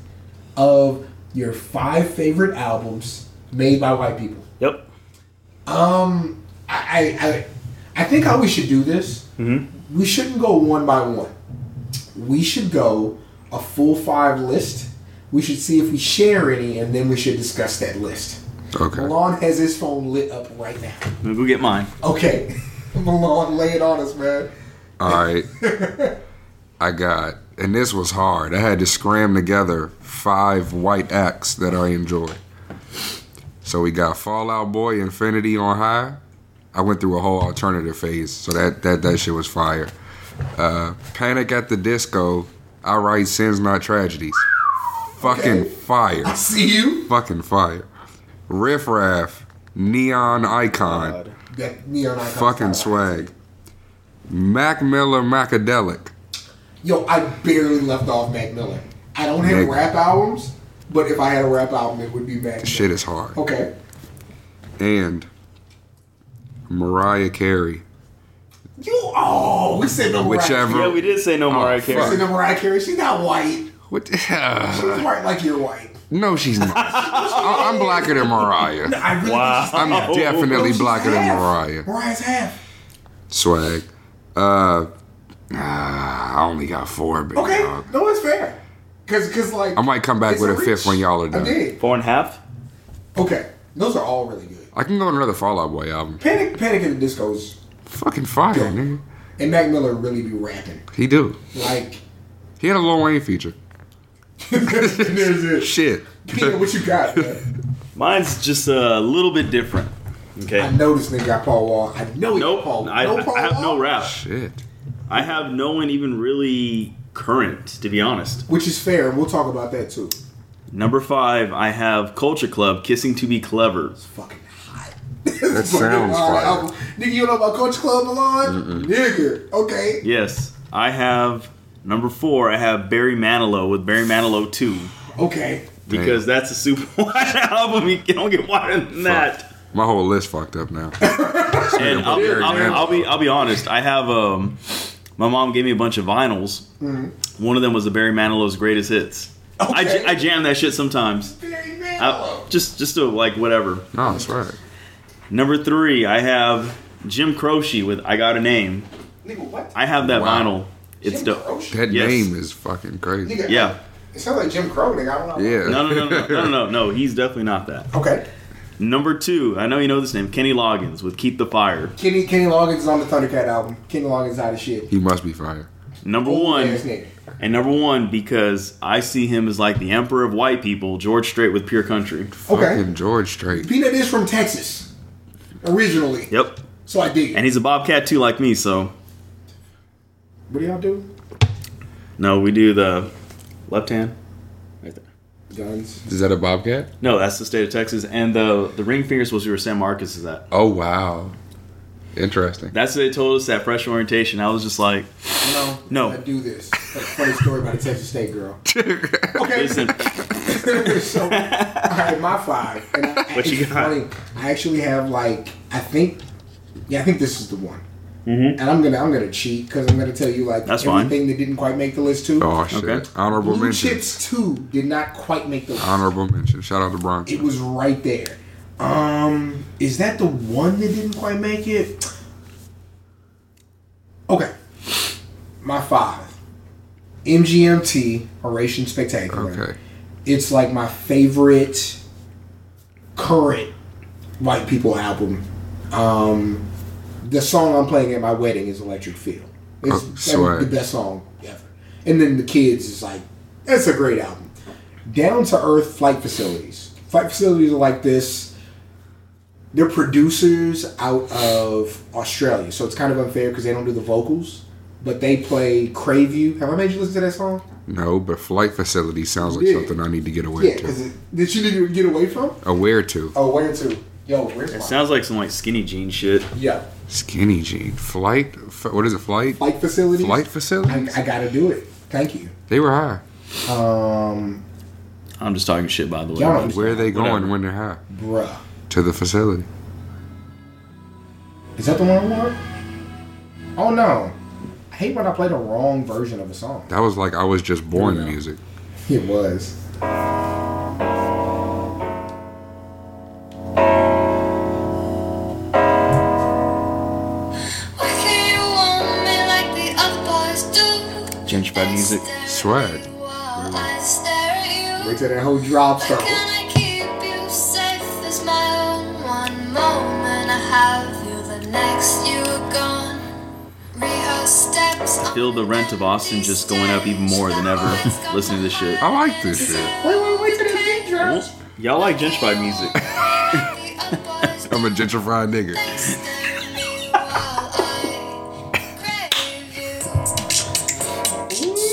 [SPEAKER 2] of your five favorite albums made by white people.
[SPEAKER 4] Yep.
[SPEAKER 2] Um, I, I, I- I think how we should do this. We shouldn't go one by one. We should go a full five list. We should see if we share any, and then we should discuss that list.
[SPEAKER 3] Okay.
[SPEAKER 2] Milan has his phone lit up right now.
[SPEAKER 4] Let me go get mine.
[SPEAKER 2] Okay, Milan, lay it on us, man.
[SPEAKER 3] All right. I got, and this was hard. I had to scram together five white acts that I enjoy. So we got Fallout Boy, Infinity on High. I went through a whole alternative phase, so that that that shit was fire. Uh, Panic at the Disco. I write sins, not tragedies. Fucking
[SPEAKER 2] Okay.
[SPEAKER 3] fire.
[SPEAKER 2] See you.
[SPEAKER 3] Fucking fire. Riff Raff, Neon Icon
[SPEAKER 2] That neon icon.
[SPEAKER 3] fucking swag. Mac Miller Macadelic.
[SPEAKER 2] Yo, I barely left off Mac Miller. I don't have
[SPEAKER 3] Mac-
[SPEAKER 2] rap albums, but if I had a rap album, it would be Mac. Miller.
[SPEAKER 3] Shit is hard.
[SPEAKER 2] Okay.
[SPEAKER 3] And Mariah Carey.
[SPEAKER 2] You. Oh, we said no. Mariah-
[SPEAKER 3] Whichever.
[SPEAKER 4] Yeah, we did say no
[SPEAKER 3] Oh,
[SPEAKER 4] more. I
[SPEAKER 2] We said
[SPEAKER 4] care.
[SPEAKER 2] no Mariah Carey. She's not white.
[SPEAKER 3] What?
[SPEAKER 2] She's white like you're white.
[SPEAKER 3] no, she's not. I- I'm blacker than Mariah.
[SPEAKER 2] I really
[SPEAKER 4] Wow.
[SPEAKER 2] think she's-
[SPEAKER 3] I'm definitely
[SPEAKER 2] she's
[SPEAKER 3] blacker than
[SPEAKER 2] half.
[SPEAKER 3] Mariah.
[SPEAKER 2] Mariah's half.
[SPEAKER 3] Swag. Uh, ah, I only got four, big
[SPEAKER 2] Okay.
[SPEAKER 3] dog.
[SPEAKER 2] No, it's fair. Cause, cause like
[SPEAKER 3] I might come back
[SPEAKER 2] it's
[SPEAKER 3] with a fifth
[SPEAKER 2] reach.
[SPEAKER 3] when y'all are done.
[SPEAKER 2] I did.
[SPEAKER 4] Four and a half.
[SPEAKER 2] Okay. Those are all really good.
[SPEAKER 3] I can go on another Fallout Boy album.
[SPEAKER 2] Panic, Panic in the Disco's,
[SPEAKER 3] Fucking fire, nigga.
[SPEAKER 2] and Mac Miller really be rapping.
[SPEAKER 3] He do.
[SPEAKER 2] Like,
[SPEAKER 3] He had a Lil Wayne feature.
[SPEAKER 2] there's it.
[SPEAKER 3] Shit.
[SPEAKER 2] Peter, what you got? Man?
[SPEAKER 4] Mine's just a little bit different.
[SPEAKER 2] I
[SPEAKER 4] Okay.
[SPEAKER 2] know this nigga got Paul Wall. I know he got
[SPEAKER 4] Nope.
[SPEAKER 2] Paul.
[SPEAKER 4] I,
[SPEAKER 2] no
[SPEAKER 4] I-
[SPEAKER 2] Paul
[SPEAKER 4] I have no
[SPEAKER 2] Wall?
[SPEAKER 4] rap.
[SPEAKER 3] Shit.
[SPEAKER 4] I have no one even really current, to be honest.
[SPEAKER 2] Which is fair, and we'll talk about that too.
[SPEAKER 4] Number five, I have Culture Club, Kissing to Be Clever.
[SPEAKER 2] It's fucking hot.
[SPEAKER 3] That sounds fire.
[SPEAKER 2] Nigga, you know about Coach Club Milan? Nigga, okay.
[SPEAKER 4] Yes, I have number four. I have Barry Manilow with Barry Manilow Two
[SPEAKER 2] Okay.
[SPEAKER 4] because that's a super wide album. You don't get wider than that.
[SPEAKER 3] My whole list fucked up now.
[SPEAKER 4] And I'll,
[SPEAKER 3] Barry
[SPEAKER 4] I'll,
[SPEAKER 3] Manilow.
[SPEAKER 4] I'll be I'll be honest. I have um, my mom gave me a bunch of vinyls. One of them was the Barry Manilow's greatest hits. I,
[SPEAKER 2] Mm. Okay.
[SPEAKER 4] j- I jam that shit sometimes.
[SPEAKER 2] Barry
[SPEAKER 4] I,
[SPEAKER 2] Manilow.
[SPEAKER 4] just just to like whatever.
[SPEAKER 3] No, that's right.
[SPEAKER 4] Number three, I have Jim Croce with I Got a Name.
[SPEAKER 2] Nigga, what?
[SPEAKER 4] I have that
[SPEAKER 3] Wow.
[SPEAKER 4] vinyl. It's
[SPEAKER 2] Jim
[SPEAKER 4] dope.
[SPEAKER 2] Croce?
[SPEAKER 3] That
[SPEAKER 4] Yes.
[SPEAKER 3] name is fucking crazy.
[SPEAKER 2] Nigga,
[SPEAKER 4] Yeah.
[SPEAKER 2] It sounds like Jim Crow, nigga. I don't know.
[SPEAKER 3] Yeah.
[SPEAKER 4] No, no, no, no, no, no, no. He's definitely not that.
[SPEAKER 2] Okay.
[SPEAKER 4] Number two, I know you know this name, Kenny Loggins with Keep the Fire.
[SPEAKER 2] Kenny Kenny Loggins is on the Thundercat album. Kenny Loggins out of shit.
[SPEAKER 3] He must be fire.
[SPEAKER 4] Number
[SPEAKER 2] Old
[SPEAKER 4] one,
[SPEAKER 2] ass nigga.
[SPEAKER 4] and number one because I see him as like the emperor of white people, George Strait with pure country.
[SPEAKER 2] Okay.
[SPEAKER 3] Fucking George Strait.
[SPEAKER 2] Peanut is from Texas originally,
[SPEAKER 4] Yep,
[SPEAKER 2] so I dig it.
[SPEAKER 4] and he's a bobcat too, like me. So
[SPEAKER 2] what do y'all do?
[SPEAKER 4] no, we do the left hand. Right there.
[SPEAKER 2] Guns.
[SPEAKER 3] Is that a Bobcat?
[SPEAKER 4] No, that's the state of Texas, and the the ring finger is supposed to be where San Marcos is at.
[SPEAKER 3] Oh wow, interesting.
[SPEAKER 4] That's what they told us at fresh orientation. I was just like,
[SPEAKER 2] No.
[SPEAKER 4] No.
[SPEAKER 2] I do this. That's a funny story about a Texas State girl. Okay.
[SPEAKER 4] listen,
[SPEAKER 2] so, all right, my five. And I,
[SPEAKER 4] What you
[SPEAKER 2] it's
[SPEAKER 4] got?
[SPEAKER 2] Funny, I actually have like I think, yeah, I think this is the one. Mm-hmm. And I'm gonna I'm gonna cheat because I'm gonna tell you like
[SPEAKER 4] That's fine.
[SPEAKER 2] everything that didn't quite make the list too.
[SPEAKER 3] Oh shit!
[SPEAKER 4] Okay.
[SPEAKER 3] Honorable
[SPEAKER 2] Blue
[SPEAKER 3] mention.
[SPEAKER 2] Chips Two did not quite make the list.
[SPEAKER 3] Honorable mention. Shout out to Bronx.
[SPEAKER 2] It was right there. Um, is that the one that didn't quite make it? Okay, my five. MGMT Oration Spectacular.
[SPEAKER 3] Okay.
[SPEAKER 2] It's like my favorite current white people album. Um, the song I'm playing at my wedding is Electric Feel. It's
[SPEAKER 3] Oh,
[SPEAKER 2] that was
[SPEAKER 3] swag.
[SPEAKER 2] the best song ever. And then the kids is like, that's a great album. Down to earth flight facilities. Flight facilities are like this. They're producers out of Australia, so it's kind of unfair because they don't do the vocals, but they play Crave You. Have I made you listen to that song?
[SPEAKER 3] No, but flight facility sounds like
[SPEAKER 2] Yeah.
[SPEAKER 3] something I need to get aware
[SPEAKER 2] Yeah, because
[SPEAKER 3] to.
[SPEAKER 2] that you need to get away from.
[SPEAKER 3] Aware to.
[SPEAKER 2] Oh, where to? Yo, where's
[SPEAKER 4] it
[SPEAKER 2] my?
[SPEAKER 4] sounds like some like skinny jean shit.
[SPEAKER 2] yeah,
[SPEAKER 3] Skinny jean. Flight. F- what is it? Flight.
[SPEAKER 2] flight facilities.
[SPEAKER 3] Flight
[SPEAKER 2] I,
[SPEAKER 3] facility.
[SPEAKER 2] I gotta do it. Thank you.
[SPEAKER 3] They were high.
[SPEAKER 2] Um,
[SPEAKER 4] I'm just talking shit, by the way.
[SPEAKER 2] Y'all don't-
[SPEAKER 3] Where are they going
[SPEAKER 4] Whatever.
[SPEAKER 3] when they're high?
[SPEAKER 2] bruh,
[SPEAKER 3] To the facility.
[SPEAKER 2] is that the one I want? Oh no, I hate when I play the wrong version of a song.
[SPEAKER 3] That was like I was just born
[SPEAKER 2] Yeah.
[SPEAKER 3] music.
[SPEAKER 2] It was.
[SPEAKER 5] Why can't you want me like the other boys do?
[SPEAKER 4] Gentrified music.
[SPEAKER 3] Swag.
[SPEAKER 5] While I stare at you.
[SPEAKER 2] Wait till that whole drop
[SPEAKER 5] Why
[SPEAKER 2] starts.
[SPEAKER 5] can I keep you safe as my own? One moment I have you, the next you are gone. Rehearse steps. I
[SPEAKER 4] feel the rent of Austin just going up even more than ever listening to this shit.
[SPEAKER 3] I like this shit.
[SPEAKER 2] Wait, wait, wait till that beat drops.
[SPEAKER 4] Y'all like gentrified music.
[SPEAKER 3] I'm a gentrified nigga.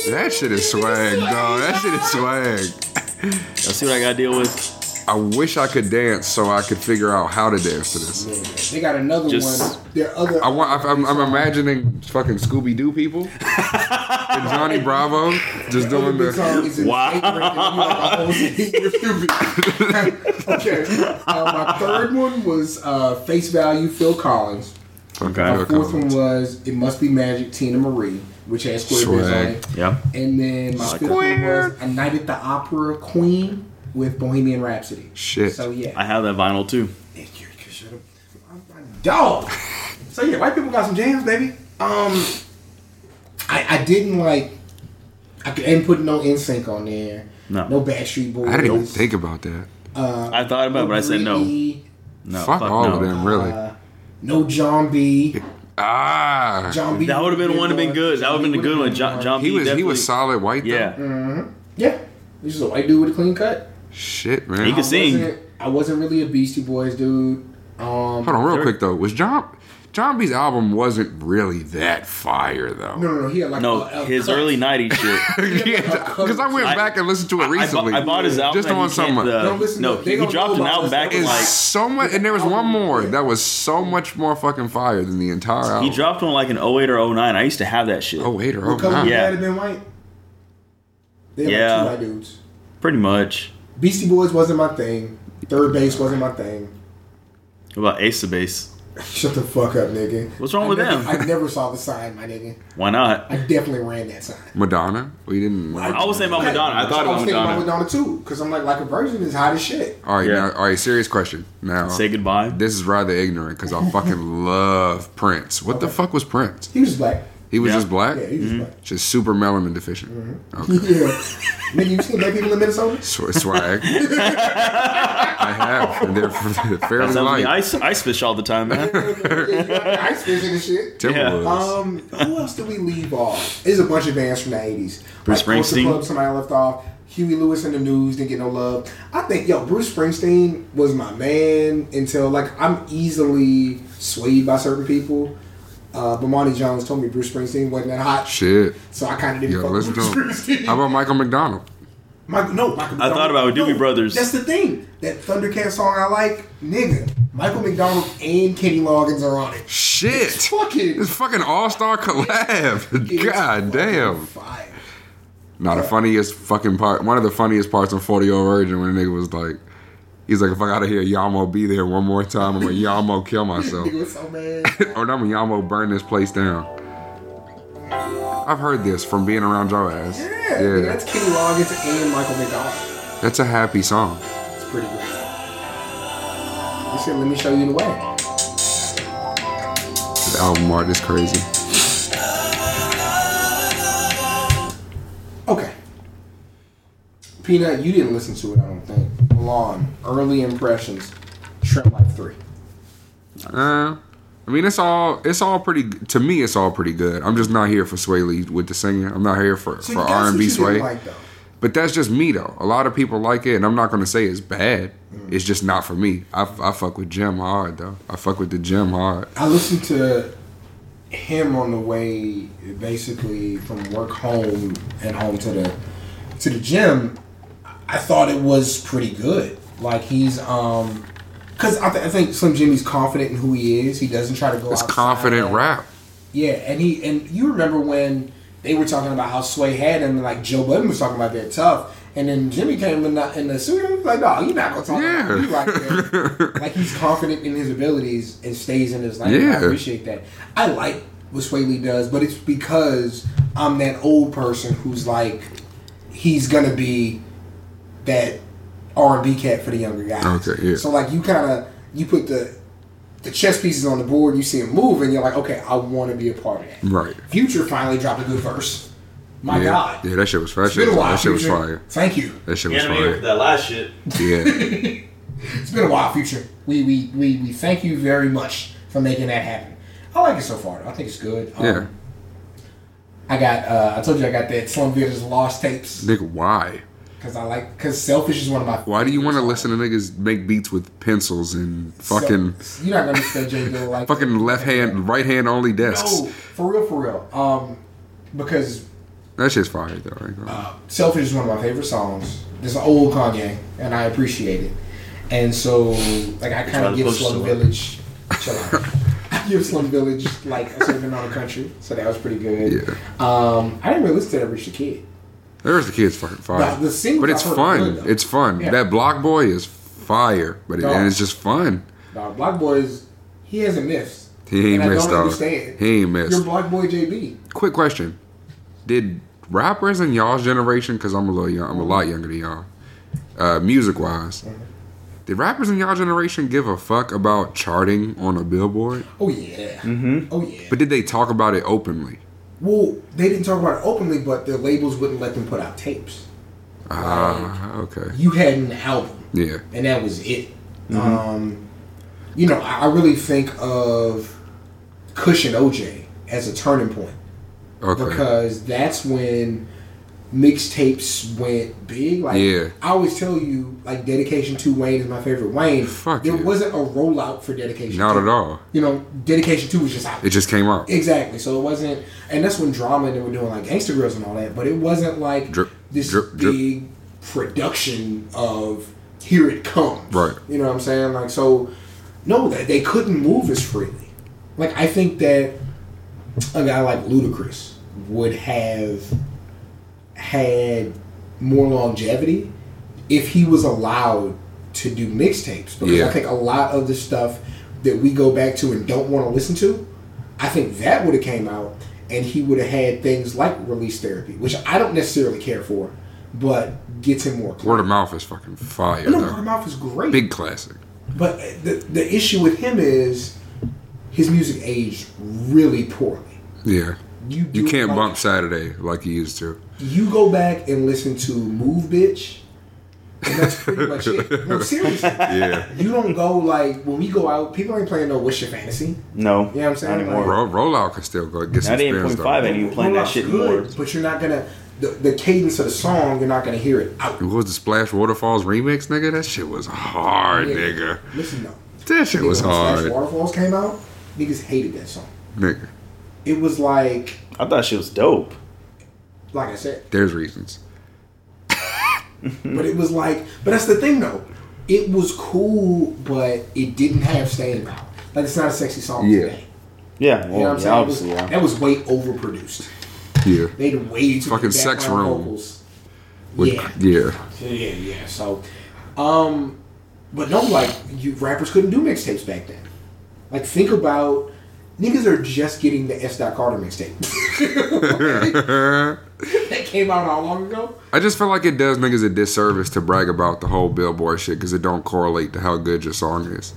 [SPEAKER 3] That shit is swag, dog. That shit is swag.
[SPEAKER 4] Y'all see what I gotta deal with?
[SPEAKER 3] I wish I could dance so I could figure out how to dance to this.
[SPEAKER 2] They got another
[SPEAKER 4] Just-
[SPEAKER 2] one. Their other.
[SPEAKER 3] I want. I- I'm, I'm imagining fucking Scooby Doo people and Johnny Bravo just
[SPEAKER 2] Other
[SPEAKER 3] doing
[SPEAKER 2] big song
[SPEAKER 3] the.
[SPEAKER 2] is in
[SPEAKER 4] Wow.
[SPEAKER 2] eighth grade, and you're like, "Oh, you're stupid." okay. Uh, my third one was uh, Face Value, Phil Collins.
[SPEAKER 4] Okay.
[SPEAKER 2] My
[SPEAKER 3] Fucking
[SPEAKER 2] fourth one
[SPEAKER 3] Collins.
[SPEAKER 2] was It Must Be Magic, Tina Marie, which has square Biz on
[SPEAKER 3] Swag.
[SPEAKER 2] it.
[SPEAKER 4] Yeah.
[SPEAKER 2] And then my fifth one was A Night at the Opera Queen with Bohemian Rhapsody.
[SPEAKER 3] Shit.
[SPEAKER 2] So yeah,
[SPEAKER 4] I have that vinyl too.
[SPEAKER 2] Hey, you- you should've- I'm a dog. so yeah, white people got some jams, baby. Um, I, I didn't like. I could- I didn't put no NSYNC on there.
[SPEAKER 4] No.
[SPEAKER 2] No Backstreet Boys.
[SPEAKER 3] I didn't even think about that.
[SPEAKER 2] Uh,
[SPEAKER 4] I thought about it, but I said no.
[SPEAKER 2] Britney,
[SPEAKER 4] No.
[SPEAKER 3] fuck, all
[SPEAKER 4] Oh, no.
[SPEAKER 3] of them, really.
[SPEAKER 2] Uh, no John B.
[SPEAKER 3] ah,
[SPEAKER 2] John B.
[SPEAKER 4] That would've been one
[SPEAKER 2] would've
[SPEAKER 4] have been good. That would've been a good one. John, John
[SPEAKER 3] he
[SPEAKER 4] B
[SPEAKER 3] was he
[SPEAKER 4] definitely-
[SPEAKER 3] was solid white. though.
[SPEAKER 4] Yeah.
[SPEAKER 2] Yeah, he's just a white dude with a clean cut.
[SPEAKER 3] Shit, man.
[SPEAKER 4] He could sing.
[SPEAKER 2] wasn't- I wasn't really a Beastie Boys dude. Um,
[SPEAKER 3] Hold on, real
[SPEAKER 4] Sure.
[SPEAKER 3] quick though. Was John John B's album wasn't really that fire though?
[SPEAKER 2] no, no, no. He had like
[SPEAKER 4] No,
[SPEAKER 2] a- a
[SPEAKER 4] his
[SPEAKER 2] cut.
[SPEAKER 4] early '90s shit.
[SPEAKER 3] because I went
[SPEAKER 4] I-
[SPEAKER 3] back and listened to it
[SPEAKER 4] I- I bu-
[SPEAKER 3] recently.
[SPEAKER 4] I, bought his album.
[SPEAKER 3] just on some.
[SPEAKER 2] Don't listen
[SPEAKER 4] uh, no,
[SPEAKER 2] to it. They
[SPEAKER 4] he
[SPEAKER 2] don't
[SPEAKER 4] dropped
[SPEAKER 2] know
[SPEAKER 4] an
[SPEAKER 2] about
[SPEAKER 4] album
[SPEAKER 2] this.
[SPEAKER 4] back in
[SPEAKER 3] It's
[SPEAKER 4] like
[SPEAKER 3] so much, and there was one more
[SPEAKER 2] Yeah.
[SPEAKER 3] that was so much more fucking fire than the entire album.
[SPEAKER 4] he dropped one like in 08 or 09. I used to have that shit.
[SPEAKER 3] Oh wait, or oh
[SPEAKER 2] What color
[SPEAKER 3] nine.
[SPEAKER 2] would
[SPEAKER 4] Yeah.
[SPEAKER 2] that have been white? They yeah.
[SPEAKER 4] Yeah.
[SPEAKER 2] Like two white dudes.
[SPEAKER 4] Pretty much.
[SPEAKER 2] Beastie Boys wasn't my thing. Third base wasn't my thing.
[SPEAKER 4] What about Ace of Base?
[SPEAKER 2] Shut the fuck up, nigga.
[SPEAKER 4] What's wrong
[SPEAKER 2] I
[SPEAKER 4] with
[SPEAKER 2] never,
[SPEAKER 4] them?
[SPEAKER 2] I never saw the sign, my nigga.
[SPEAKER 4] Why not?
[SPEAKER 2] I definitely ran that sign.
[SPEAKER 3] Madonna. We didn't.
[SPEAKER 4] I was thinking about Madonna. I thought
[SPEAKER 2] I was
[SPEAKER 4] about
[SPEAKER 2] thinking
[SPEAKER 4] Madonna.
[SPEAKER 2] about Madonna too, because I'm like, like a virgin is hot as shit.
[SPEAKER 3] all right,
[SPEAKER 4] Yeah.
[SPEAKER 3] now, all right. Serious question. Now,
[SPEAKER 4] Say goodbye.
[SPEAKER 3] this is rather ignorant because I fucking love Prince. What the fuck was Prince?
[SPEAKER 2] He was black.
[SPEAKER 3] He was
[SPEAKER 4] Yeah.
[SPEAKER 3] just black,
[SPEAKER 2] Yeah, he
[SPEAKER 4] Mm-hmm.
[SPEAKER 2] was black.
[SPEAKER 3] just super melanin deficient. Okay.
[SPEAKER 2] Yeah. Nigga, you seen black people in Minnesota?
[SPEAKER 3] Sw- swag. I have. and They're fairly
[SPEAKER 4] That's how we
[SPEAKER 3] light.
[SPEAKER 4] ice, ice fish all the time, man.
[SPEAKER 2] yeah, you got ice fishing and shit.
[SPEAKER 4] Oh.
[SPEAKER 3] Timberwolves.
[SPEAKER 2] Um, who else did we leave off? There's a bunch of bands from the '80s.
[SPEAKER 4] Bruce
[SPEAKER 2] Like, Culture
[SPEAKER 4] Springsteen.
[SPEAKER 2] Club, somebody left off. Huey Lewis in the news didn't get no love. I think yo Bruce Springsteen was my man until like I'm easily swayed by certain people. Uh, but Monty Jones told me Bruce Springsteen wasn't that hot,
[SPEAKER 3] Shit.
[SPEAKER 2] so I kind of didn't
[SPEAKER 3] Yo,
[SPEAKER 2] fuck with
[SPEAKER 3] listen to
[SPEAKER 2] Bruce
[SPEAKER 3] him.
[SPEAKER 2] Springsteen.
[SPEAKER 3] How about Michael McDonald?
[SPEAKER 2] Michael, no, Michael
[SPEAKER 4] I thought about it with Doobie
[SPEAKER 2] no,
[SPEAKER 4] Brothers.
[SPEAKER 2] That's the thing. That Thundercat song I like, nigga. Michael McDonald and Kenny Loggins are on it.
[SPEAKER 3] Shit.
[SPEAKER 2] Fucking
[SPEAKER 3] This fucking all star collab.
[SPEAKER 2] It's
[SPEAKER 3] God
[SPEAKER 2] fucking
[SPEAKER 3] damn.
[SPEAKER 2] Fire.
[SPEAKER 3] Now the funniest fucking part, one of the funniest parts on 40 Year Old Virgin when the nigga was like, he's like, if I gotta hear Yamo be there one more time, I'm gonna Yamo kill myself.
[SPEAKER 2] Nigga was so mad.
[SPEAKER 3] or I'm gonna Yamo burn this place down. I've heard this from being around your ass.
[SPEAKER 2] Yeah, nigga, that's Kenny Loggins and Michael McDonald.
[SPEAKER 3] That's a happy song.
[SPEAKER 2] It's pretty great. He said, "Let me show you the way."
[SPEAKER 3] The album art is crazy.
[SPEAKER 2] Okay. Peanut, you didn't listen to it, I don't think. Milan, early impressions, Shrimp Life Three.
[SPEAKER 3] Uh, I mean, it's all it's all pretty. To me, it's all pretty good. I'm just not here for Sway Lee with the singing. I'm not here for
[SPEAKER 2] See,
[SPEAKER 3] for
[SPEAKER 2] that's
[SPEAKER 3] R and
[SPEAKER 2] what
[SPEAKER 3] B
[SPEAKER 2] you didn't
[SPEAKER 3] Sway.
[SPEAKER 2] like, though.
[SPEAKER 3] But that's just me though. A lot of people like it, and I'm not gonna say it's bad.
[SPEAKER 2] Mm.
[SPEAKER 3] It's just not for me. I, I fuck with Jim hard though. I fuck with the Jim hard.
[SPEAKER 2] I listened to him on the way, basically from work home and home to the to the gym. I thought it was pretty good. Like he's um, cause I, th- I think Slim Jimmy's confident in who he is. He doesn't try to go.
[SPEAKER 3] It's
[SPEAKER 2] outside
[SPEAKER 3] confident
[SPEAKER 2] of-
[SPEAKER 3] rap.
[SPEAKER 2] Yeah, and he and you remember when they were talking about how Sway had him, and like Joe Budden was talking about they're tough, and then Jimmy came in the, in the suit and was like, "No, you're not gonna talk about me like that." like he's confident in his abilities and stays in his lane.
[SPEAKER 3] Yeah.
[SPEAKER 2] I appreciate that. I like what Sway Lee does, but it's because I'm that old person who's like, he's gonna be that R and B cat for the younger guys.
[SPEAKER 3] Okay, yeah.
[SPEAKER 2] So like you kind of you put the the chess pieces on the board, you see them move, and you're like, okay, I want to be a part of that.
[SPEAKER 3] Right.
[SPEAKER 2] Future finally dropped a good verse. My
[SPEAKER 3] yeah.
[SPEAKER 2] God,
[SPEAKER 3] Yeah, that shit was fire.
[SPEAKER 2] it's been a while.
[SPEAKER 3] That shit was
[SPEAKER 2] Future.
[SPEAKER 3] fire.
[SPEAKER 2] Thank you.
[SPEAKER 3] That shit was
[SPEAKER 4] Yeah, I mean,
[SPEAKER 3] fire.
[SPEAKER 4] that last shit.
[SPEAKER 3] Yeah.
[SPEAKER 2] It's been a while, Future. We we we, we thank you very much for making that happen. I like it so far. though. I think it's good. Um,
[SPEAKER 3] Yeah.
[SPEAKER 2] I got. Uh, I told you I got that Slum Village lost tapes
[SPEAKER 3] Nigga, why?
[SPEAKER 2] because I like because Selfish is one of my.
[SPEAKER 3] Why do you want to listen to niggas make beats with pencils and fucking
[SPEAKER 2] So, you're not gonna understand Jay Dilla like
[SPEAKER 3] fucking left hand, right hand only desks?
[SPEAKER 2] No, for real, for real. Um, because
[SPEAKER 3] That shit's fire though. I ain't gonna-
[SPEAKER 2] Selfish is one of my favorite songs. It's an old Kanye, and I appreciate it. And so, like, I kind
[SPEAKER 4] Try
[SPEAKER 2] of
[SPEAKER 4] to
[SPEAKER 2] give
[SPEAKER 4] push
[SPEAKER 2] Slum
[SPEAKER 4] someone.
[SPEAKER 2] Village, chill out. I give Slum Village like a certain amount of country, so that was pretty good.
[SPEAKER 3] Yeah.
[SPEAKER 2] Um, I didn't really listen to that Rich the Kid.
[SPEAKER 3] There's the kids fucking fire.
[SPEAKER 2] Nah, the singles
[SPEAKER 3] but it's
[SPEAKER 2] I heard were
[SPEAKER 3] fun.
[SPEAKER 2] good, though.
[SPEAKER 3] it's fun.
[SPEAKER 2] Yeah.
[SPEAKER 3] That block boy is fire, but it,
[SPEAKER 2] Dog.
[SPEAKER 3] and it's just fun.
[SPEAKER 2] Now, Black Boys, he hasn't missed.
[SPEAKER 3] He ain't
[SPEAKER 2] and
[SPEAKER 3] missed
[SPEAKER 2] I don't
[SPEAKER 3] though.
[SPEAKER 2] understand.
[SPEAKER 3] He ain't
[SPEAKER 2] You're
[SPEAKER 3] missed.
[SPEAKER 2] Black Boy JB.
[SPEAKER 3] Quick question: Did rappers in y'all's generation? Because I'm a little young. I'm a
[SPEAKER 2] Mm-hmm.
[SPEAKER 3] lot younger than y'all. Uh, music wise, did rappers in y'all generation give a fuck about charting on a billboard?
[SPEAKER 2] Oh yeah. Mm-hmm. Oh yeah.
[SPEAKER 3] But did they talk about it openly?
[SPEAKER 2] Well, they didn't talk about it openly, but their labels wouldn't let them put out tapes.
[SPEAKER 3] Ah, okay.
[SPEAKER 2] You had an album.
[SPEAKER 3] Yeah.
[SPEAKER 2] and that was it.
[SPEAKER 3] Mm-hmm.
[SPEAKER 2] Um, you know, I, I really think of Kush and OJ as a turning point
[SPEAKER 3] Okay.
[SPEAKER 2] because that's when mixtapes went big. Like
[SPEAKER 3] Yeah.
[SPEAKER 2] I always tell you, like Dedication to Wayne is my favorite Wayne.
[SPEAKER 3] Fuck
[SPEAKER 2] there
[SPEAKER 3] yeah.
[SPEAKER 2] wasn't a rollout for Dedication.
[SPEAKER 3] Not
[SPEAKER 2] 2.
[SPEAKER 3] at all.
[SPEAKER 2] You know, Dedication Two was just out.
[SPEAKER 3] It just came out.
[SPEAKER 2] Exactly. So it wasn't, and that's when drama and they were doing like gangster girls and all that. But it wasn't like
[SPEAKER 3] Drip,
[SPEAKER 2] this
[SPEAKER 3] drip, drip.
[SPEAKER 2] big production of here it comes.
[SPEAKER 3] Right.
[SPEAKER 2] You know what I'm saying? Like so, no, that they couldn't move as freely. Like I think that a guy like Ludacris would have had more longevity if he was allowed to do mixtapes. Because
[SPEAKER 3] Yeah.
[SPEAKER 2] I think a lot of the stuff that we go back to and don't want to listen to, I think that would have came out and he would have had things like release therapy, which I don't necessarily care for, but gets him more
[SPEAKER 3] Word
[SPEAKER 2] clout.
[SPEAKER 3] of mouth is fucking fire.
[SPEAKER 2] No, word of
[SPEAKER 3] Though.
[SPEAKER 2] mouth is great.
[SPEAKER 3] Big classic.
[SPEAKER 2] But the, the issue with him is his music aged really poorly.
[SPEAKER 3] Yeah.
[SPEAKER 2] you
[SPEAKER 3] You
[SPEAKER 2] do-
[SPEAKER 3] can't
[SPEAKER 2] like,
[SPEAKER 3] bump Saturday like you used to.
[SPEAKER 2] You go back and listen to Move Bitch. And that's pretty much it. No, seriously.
[SPEAKER 3] Yeah.
[SPEAKER 2] You don't go like when we go out. People ain't playing no "What's Your Fantasy."
[SPEAKER 4] No.
[SPEAKER 2] Yeah, I'm saying,
[SPEAKER 4] Not anymore.
[SPEAKER 2] like-
[SPEAKER 3] Roll, rollout can still go get some
[SPEAKER 4] That
[SPEAKER 3] spins
[SPEAKER 4] 8.5
[SPEAKER 3] though.
[SPEAKER 4] ain't even playing that
[SPEAKER 2] Rollout's
[SPEAKER 4] shit
[SPEAKER 2] good,
[SPEAKER 4] anymore.
[SPEAKER 2] But you're not gonna the, the cadence of the song. You're not gonna hear it out.
[SPEAKER 3] What was the Splash Waterfalls remix, nigga? That shit was hard,
[SPEAKER 2] Yeah.
[SPEAKER 3] nigga.
[SPEAKER 2] Listen though.
[SPEAKER 3] That shit was
[SPEAKER 2] when Smash
[SPEAKER 3] hard,
[SPEAKER 2] Waterfalls came out. Niggas hated that song.
[SPEAKER 3] nigga.
[SPEAKER 2] It was like,
[SPEAKER 4] I thought she was dope.
[SPEAKER 2] like I said,
[SPEAKER 3] There's reasons. Hmm.
[SPEAKER 2] but it was like, but that's the thing though. It was cool, but it didn't have staying power. Like it's not a sexy song
[SPEAKER 3] Yeah. Oh,
[SPEAKER 2] today.
[SPEAKER 4] Yeah, well,
[SPEAKER 2] You know what I'm
[SPEAKER 4] yeah,
[SPEAKER 2] saying? It was-
[SPEAKER 4] obviously, yeah.
[SPEAKER 2] That was way overproduced.
[SPEAKER 3] Yeah.
[SPEAKER 2] They did way too
[SPEAKER 3] Fucking
[SPEAKER 2] many
[SPEAKER 3] sex
[SPEAKER 2] background
[SPEAKER 3] room.
[SPEAKER 2] vocals.
[SPEAKER 3] With-
[SPEAKER 2] Yeah.
[SPEAKER 3] yeah.
[SPEAKER 2] Yeah, yeah, yeah. So, um, but no, like you rappers couldn't do mixtapes back then. Like think about niggas are just getting the S. Dot Carter mixtape that came out how long ago?
[SPEAKER 3] I just feel like it does niggas a disservice to brag about the whole Billboard shit because it don't correlate to how good your song is.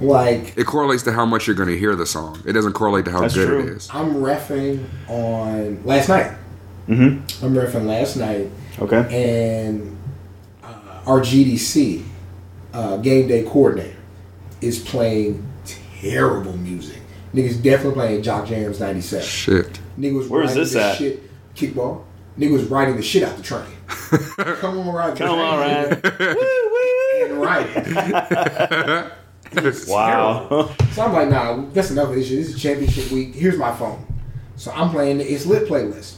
[SPEAKER 2] Like
[SPEAKER 3] It correlates to how much you're gonna hear the song. It doesn't correlate to how
[SPEAKER 4] That's
[SPEAKER 3] good it
[SPEAKER 4] true.
[SPEAKER 3] is.
[SPEAKER 2] I'm refing on last night.
[SPEAKER 4] Mm-hmm.
[SPEAKER 2] I'm refing last night
[SPEAKER 4] Okay.
[SPEAKER 2] and uh, our GDC uh, game day coordinator is playing terrible music. Niggas definitely playing Jock Jams '97.
[SPEAKER 3] Shit.
[SPEAKER 2] Nigga was
[SPEAKER 4] Where is
[SPEAKER 2] riding
[SPEAKER 4] this
[SPEAKER 2] the
[SPEAKER 4] at?
[SPEAKER 2] Shit, kickball. Nigga was riding the shit out the train. Come on, ride. the
[SPEAKER 4] Come on,
[SPEAKER 2] train.
[SPEAKER 4] Ryan. Woo,
[SPEAKER 2] And ride it.
[SPEAKER 4] woo. Wow.
[SPEAKER 2] So I'm like, nah, that's enough of this shit. This is championship week. Here's my phone. So I'm playing the It's Lit playlist.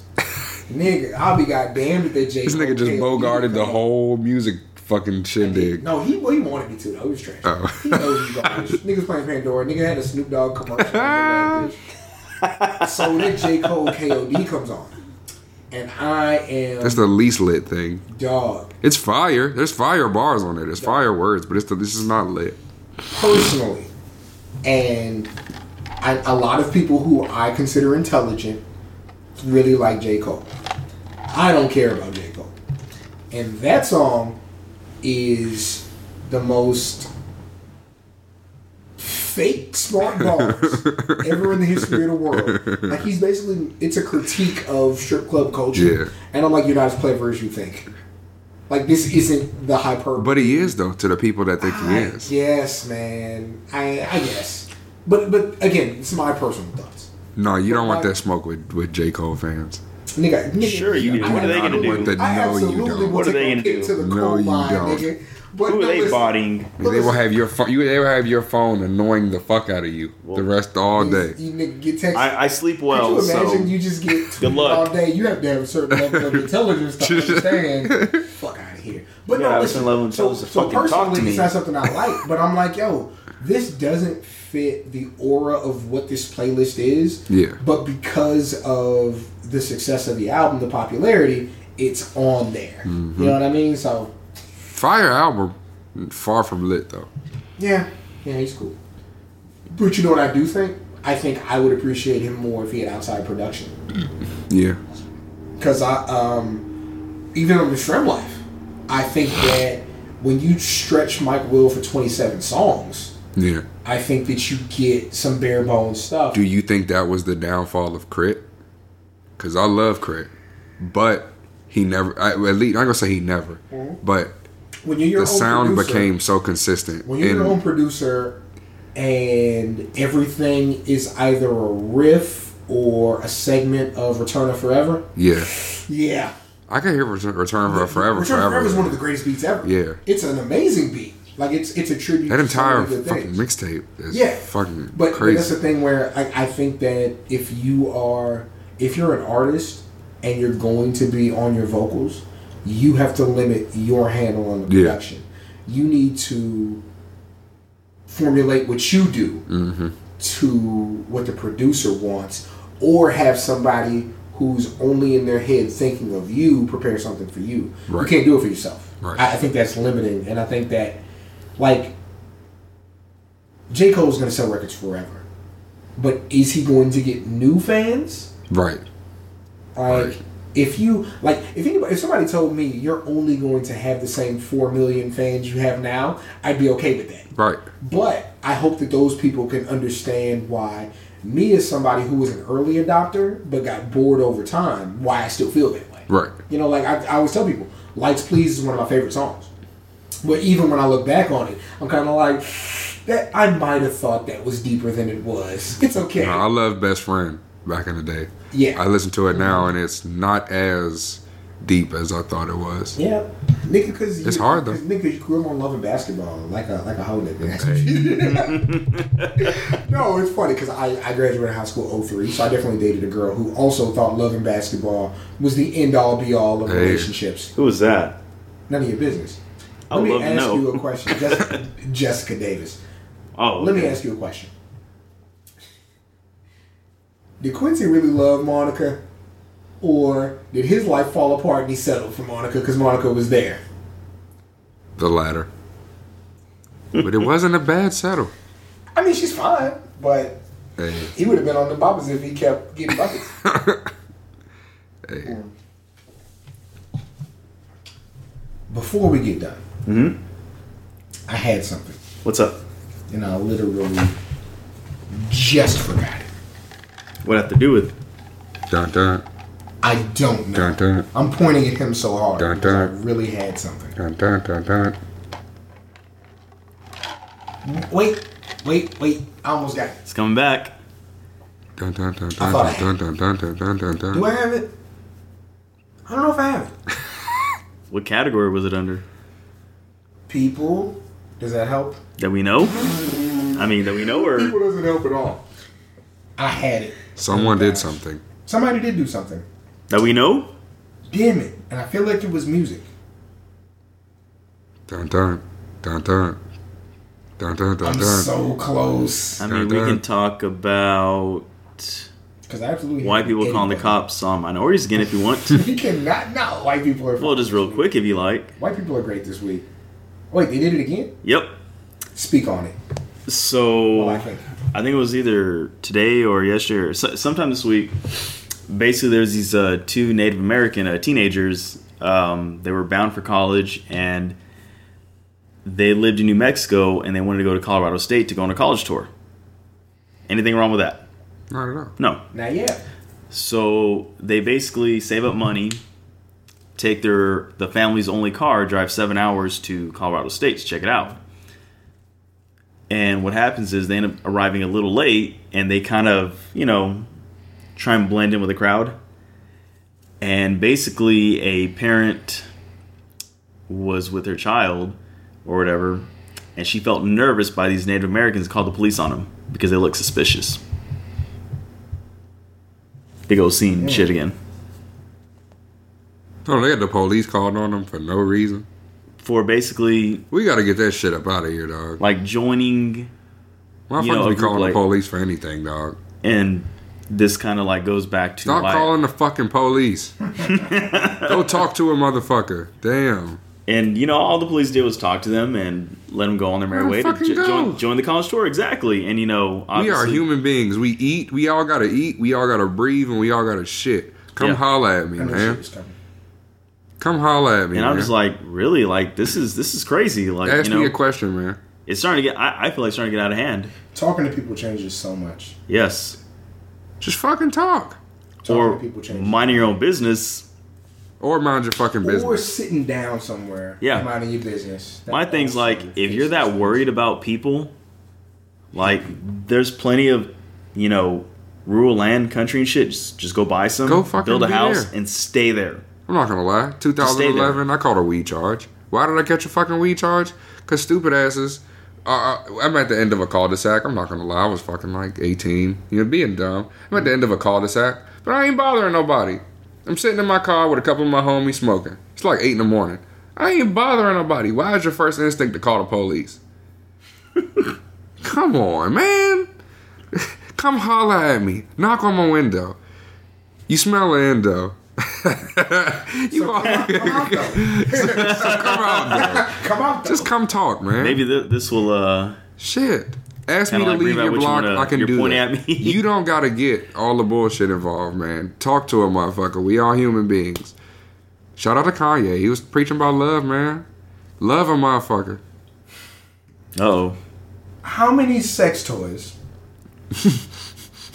[SPEAKER 2] Nigga, I'll be goddamn if that J.
[SPEAKER 3] This nigga just bogarted the whole music fucking shindig.
[SPEAKER 2] No, he, well, he wanted me to though. He was trash.
[SPEAKER 3] Oh.
[SPEAKER 2] He knows he's garbage. Niggas playing Pandora. Nigga had a Snoop Dogg commercial. on that bitch. so that J. Cole KOD comes on. And I am
[SPEAKER 3] That's the least lit thing.
[SPEAKER 2] dog.
[SPEAKER 3] It's fire. There's fire bars on it. There's fire words, but it's the, this is not lit.
[SPEAKER 2] personally, and I, a lot of people who I consider intelligent really like J. Cole. I don't care about J. Cole. And that song is the most fake smart bars ever in the history of the world. Like he's basically it's a critique of strip club culture.
[SPEAKER 3] Yeah.
[SPEAKER 2] And I'm like, you're not as clever as you think. Like this isn't the hyperbole.
[SPEAKER 3] But he is though to the people that think he is.
[SPEAKER 2] Yes, man. I I guess. But but again, it's my personal thoughts.
[SPEAKER 3] No, you don't want that smoke with, with J Cole fans.
[SPEAKER 2] Nigga, nigga
[SPEAKER 4] Sure you do.
[SPEAKER 2] I-
[SPEAKER 4] What are they
[SPEAKER 2] I-
[SPEAKER 4] gonna
[SPEAKER 2] I
[SPEAKER 4] do?
[SPEAKER 2] would- I
[SPEAKER 3] No, you
[SPEAKER 2] absolutely
[SPEAKER 3] don't.
[SPEAKER 2] would
[SPEAKER 4] What are
[SPEAKER 2] take
[SPEAKER 4] they
[SPEAKER 2] a
[SPEAKER 4] gonna
[SPEAKER 2] kick
[SPEAKER 4] do?
[SPEAKER 2] To the
[SPEAKER 3] No,
[SPEAKER 2] coal
[SPEAKER 3] you
[SPEAKER 2] mine,
[SPEAKER 3] don't.
[SPEAKER 2] Nigga. But
[SPEAKER 4] Who
[SPEAKER 2] no,
[SPEAKER 4] are they
[SPEAKER 2] listen,
[SPEAKER 4] bodying?
[SPEAKER 2] but
[SPEAKER 3] They will
[SPEAKER 2] listen,
[SPEAKER 3] have your phone. You they will have your phone annoying the fuck out of you the rest all
[SPEAKER 2] you-
[SPEAKER 3] day.
[SPEAKER 2] You nigga get texted.
[SPEAKER 4] I, I sleep
[SPEAKER 2] Could
[SPEAKER 4] well,
[SPEAKER 2] you imagine
[SPEAKER 4] so
[SPEAKER 2] you just get tweeted
[SPEAKER 4] Good luck.
[SPEAKER 2] all day? You have to have a certain level of intelligence to understand. Fuck out of here. But
[SPEAKER 4] You gotta
[SPEAKER 2] no,
[SPEAKER 4] have a
[SPEAKER 2] listen,
[SPEAKER 4] certain level of
[SPEAKER 2] so,
[SPEAKER 4] intelligence to
[SPEAKER 2] so
[SPEAKER 4] fucking talk
[SPEAKER 2] personally,
[SPEAKER 4] to me.
[SPEAKER 2] it's not something I like. But I'm like, yo, this doesn't fit the aura of what this playlist is.
[SPEAKER 3] Yeah.
[SPEAKER 2] But because of the success of the album, the popularity, it's on there.
[SPEAKER 4] Mm-hmm.
[SPEAKER 2] You know what I mean? So
[SPEAKER 3] Fire album, far from lit though.
[SPEAKER 2] yeah, yeah, he's cool. But you know what I do think? I think I would appreciate him more if he had outside production.
[SPEAKER 3] Yeah,
[SPEAKER 2] because I um, even on the Shred Life, I think that when you stretch Mike Will for twenty seven songs,
[SPEAKER 3] yeah.
[SPEAKER 2] I think that you get some bare bones stuff.
[SPEAKER 3] Do you think that was the downfall of Crit? Because I love Crit, but he never. I, at least I'm gonna say he never. But
[SPEAKER 2] when Mm-hmm. you're your
[SPEAKER 3] the
[SPEAKER 2] own
[SPEAKER 3] sound
[SPEAKER 2] producer,
[SPEAKER 3] became so consistent.
[SPEAKER 2] when you're your own
[SPEAKER 3] and
[SPEAKER 2] producer and everything is either a riff or a segment of Return of Forever.
[SPEAKER 3] yeah,
[SPEAKER 2] Yeah,
[SPEAKER 3] I can hear Return, Return for Forever.
[SPEAKER 2] Return
[SPEAKER 3] forever.
[SPEAKER 2] of Forever is one of the greatest beats ever.
[SPEAKER 3] Yeah.
[SPEAKER 2] it's an amazing beat. Like it's it's a tribute.
[SPEAKER 3] that
[SPEAKER 2] to so many
[SPEAKER 3] entire
[SPEAKER 2] good
[SPEAKER 3] fucking
[SPEAKER 2] things.
[SPEAKER 3] mixtape is
[SPEAKER 2] Yeah.
[SPEAKER 3] fucking
[SPEAKER 2] But, but that's
[SPEAKER 3] crazy.
[SPEAKER 2] the thing where I, I think that if you are if you're an artist and you're going to be on your vocals, you have to limit your handle on the
[SPEAKER 3] Yeah.
[SPEAKER 2] production. You need to formulate what you do
[SPEAKER 3] Mm-hmm.
[SPEAKER 2] to what the producer wants, or have somebody who's only in their head thinking of you prepare something for you. You
[SPEAKER 3] Right.
[SPEAKER 2] can't do it for yourself.
[SPEAKER 3] Right.
[SPEAKER 2] I, I think that's limiting, and I think that like J. Cole's going to sell records forever. But is he going to get new fans?
[SPEAKER 3] right.
[SPEAKER 2] Like,
[SPEAKER 3] Right.
[SPEAKER 2] if you like, if anybody, if somebody told me you're only going to have the same four million fans you have now, I'd be okay with that.
[SPEAKER 3] Right.
[SPEAKER 2] But I hope that those people can understand why Me as somebody who was an early adopter but got bored over time, why I still feel that way.
[SPEAKER 3] Right.
[SPEAKER 2] You know, like I, I always tell people, "Lights Please" is one of my favorite songs. But even when I look back on it, I'm kind of like, that I might have thought that was deeper than it was. It's okay.
[SPEAKER 3] I love Best Friend back in the day.
[SPEAKER 2] Yeah.
[SPEAKER 3] I listen to it now and it's not as deep as I thought it was.
[SPEAKER 2] Yeah, nigga, because
[SPEAKER 3] It's hard, though.
[SPEAKER 2] Nigga, you grew up on loving basketball like a like a hoe nigga. no, it's funny because I, I graduated high school 03, so I definitely dated a girl who also thought loving basketball was the end all be all of
[SPEAKER 3] Hey.
[SPEAKER 2] relationships.
[SPEAKER 4] Who was that?
[SPEAKER 2] None of your business.
[SPEAKER 4] I
[SPEAKER 2] Let
[SPEAKER 4] would
[SPEAKER 2] me
[SPEAKER 4] love to
[SPEAKER 2] ask
[SPEAKER 4] know.
[SPEAKER 2] you a question, Jessica, Jessica Davis.
[SPEAKER 4] Oh,
[SPEAKER 2] Let me ask you a question. Did Quincy really love Monica, or did his life fall apart and he settled for Monica because Monica was there?
[SPEAKER 3] The latter. but it wasn't a bad settle.
[SPEAKER 2] I mean, she's fine, but
[SPEAKER 3] Hey,
[SPEAKER 2] he would have been on the boppers if he kept getting buckets.
[SPEAKER 3] hey.
[SPEAKER 2] Before we get done,
[SPEAKER 4] hmm
[SPEAKER 2] I had something,
[SPEAKER 4] What's up?
[SPEAKER 2] and I literally just forgot it.
[SPEAKER 4] What I have to do with?
[SPEAKER 3] Dun dun
[SPEAKER 2] I don't know.
[SPEAKER 3] dun dun
[SPEAKER 2] I'm pointing at him so hard
[SPEAKER 3] Dun,
[SPEAKER 2] because I
[SPEAKER 3] dun.
[SPEAKER 2] really had something.
[SPEAKER 3] dun dun dun dun.
[SPEAKER 2] Wait, wait, wait! I almost got it.
[SPEAKER 4] It's coming back.
[SPEAKER 3] Dun dun dun
[SPEAKER 2] I thought I
[SPEAKER 3] dun dun dun dun dun dun
[SPEAKER 2] Do I
[SPEAKER 3] dun.
[SPEAKER 2] have it? I don't know if I have it.
[SPEAKER 4] What category was it under?
[SPEAKER 2] People, does that help?
[SPEAKER 4] That we know? I mean, that we know or
[SPEAKER 2] doesn't help at all. I had it.
[SPEAKER 3] Someone did something.
[SPEAKER 2] Somebody did do something.
[SPEAKER 4] that we know?
[SPEAKER 2] Damn it! And I feel like it was music.
[SPEAKER 3] Dun dun dun dun dun dun dun
[SPEAKER 2] I'm
[SPEAKER 3] dun.
[SPEAKER 2] so close.
[SPEAKER 4] I mean, we can talk about
[SPEAKER 2] Because I absolutely
[SPEAKER 4] white people calling the
[SPEAKER 2] cops.
[SPEAKER 4] cops on minorities again if you want to.
[SPEAKER 2] You cannot. No, white people are.
[SPEAKER 4] Well, just real quick if you like.
[SPEAKER 2] White people are great this week. Wait, they did it again.
[SPEAKER 4] Yep.
[SPEAKER 2] Speak on it.
[SPEAKER 4] So
[SPEAKER 2] Well, I think.
[SPEAKER 4] I think it was either today or yesterday or so- sometime this week. Basically, there's these uh, two Native American uh, teenagers. Um, they were bound for college and they lived in New Mexico and they wanted to go to Colorado State to go on a college tour. Anything wrong with that?
[SPEAKER 3] Not at all.
[SPEAKER 4] No.
[SPEAKER 2] Not yet.
[SPEAKER 4] So they basically save up money, take their the family's only car, drive seven hours to Colorado State to check it out. And what happens is they end up arriving a little late, and they kind of you know try and blend in with the crowd. And basically, a parent was with her child or whatever, and she felt nervous by these Native Americans called the police on them because they looked suspicious. Big old scene shit again.
[SPEAKER 3] Oh, they had the police called on them for no reason.
[SPEAKER 4] for basically
[SPEAKER 3] We gotta get that shit up out of here, dog.
[SPEAKER 4] like joining
[SPEAKER 3] Motherfuckers
[SPEAKER 4] you know, a
[SPEAKER 3] be
[SPEAKER 4] group
[SPEAKER 3] calling
[SPEAKER 4] like-
[SPEAKER 3] the police for anything, dog.
[SPEAKER 4] and this kind of like goes back to
[SPEAKER 3] Stop
[SPEAKER 4] why-
[SPEAKER 3] calling the fucking police. Go talk to a motherfucker. Damn.
[SPEAKER 4] and you know all the police did was talk to them and let them go on their merry
[SPEAKER 3] Let
[SPEAKER 4] way
[SPEAKER 3] 'em
[SPEAKER 4] to
[SPEAKER 3] fucking
[SPEAKER 4] jo-
[SPEAKER 3] go.
[SPEAKER 4] join, join the college tour exactly and you know
[SPEAKER 3] We
[SPEAKER 4] obviously
[SPEAKER 3] are human beings. We eat. We all gotta eat. We all gotta breathe, and we all gotta shit. Come
[SPEAKER 4] Yeah.
[SPEAKER 3] holla at me,
[SPEAKER 2] I knew shit
[SPEAKER 3] man.
[SPEAKER 2] was coming.
[SPEAKER 3] Come holla at me,
[SPEAKER 4] and
[SPEAKER 3] man.
[SPEAKER 4] I'm just like really like this is this is crazy like
[SPEAKER 3] Ask
[SPEAKER 4] you know
[SPEAKER 3] me a question, man.
[SPEAKER 4] it's starting to get I, I feel like it's starting to get out of hand
[SPEAKER 2] Talking to people changes so much.
[SPEAKER 4] yes
[SPEAKER 3] Just fucking talk,
[SPEAKER 2] Talking
[SPEAKER 4] or
[SPEAKER 2] to people changes.
[SPEAKER 4] minding your own business
[SPEAKER 3] or mind your fucking
[SPEAKER 2] or
[SPEAKER 3] business.
[SPEAKER 2] sitting down somewhere,
[SPEAKER 4] Yeah.
[SPEAKER 2] minding your business. That
[SPEAKER 4] My thing's
[SPEAKER 2] also
[SPEAKER 4] like if you're that
[SPEAKER 2] changes.
[SPEAKER 4] worried about people, like there's plenty of you know rural land, country and shit. Just, just go buy some,
[SPEAKER 3] Go fucking
[SPEAKER 4] build a
[SPEAKER 3] be
[SPEAKER 4] house,
[SPEAKER 3] there.
[SPEAKER 4] and stay there.
[SPEAKER 3] I'm not gonna lie. 2011, I caught a weed charge. Why did I catch a fucking weed charge? Cause stupid asses. Uh, uh, I'm at the end of a cul-de-sac. I'm not gonna lie. I was fucking like 18. You know, being dumb. I'm at the end of a cul-de-sac, but I ain't bothering nobody. I'm sitting in my car with a couple of my homies smoking. It's like eight in the morning. I ain't bothering nobody. Why is your first instinct to call the police? Come on, man. Come holler at me. Knock on my window. You smell an endo. you all-
[SPEAKER 2] Come out though.
[SPEAKER 3] come out, though.
[SPEAKER 2] Come out though.
[SPEAKER 3] Just come talk, man.
[SPEAKER 4] Maybe th- this will. uh
[SPEAKER 3] Shit. Ask me
[SPEAKER 4] Kinda
[SPEAKER 3] to
[SPEAKER 4] like
[SPEAKER 3] leave
[SPEAKER 4] Reebok,
[SPEAKER 3] your
[SPEAKER 4] what you
[SPEAKER 3] block.
[SPEAKER 4] wanna-
[SPEAKER 3] I can
[SPEAKER 4] you're
[SPEAKER 3] do
[SPEAKER 4] pointing
[SPEAKER 3] that.
[SPEAKER 4] at me.
[SPEAKER 3] you don't gotta get all the bullshit involved, man. Talk to a motherfucker. We all human beings. Shout out to Kanye. He was preaching about love, man. Love a motherfucker.
[SPEAKER 4] Oh,
[SPEAKER 2] How many sex toys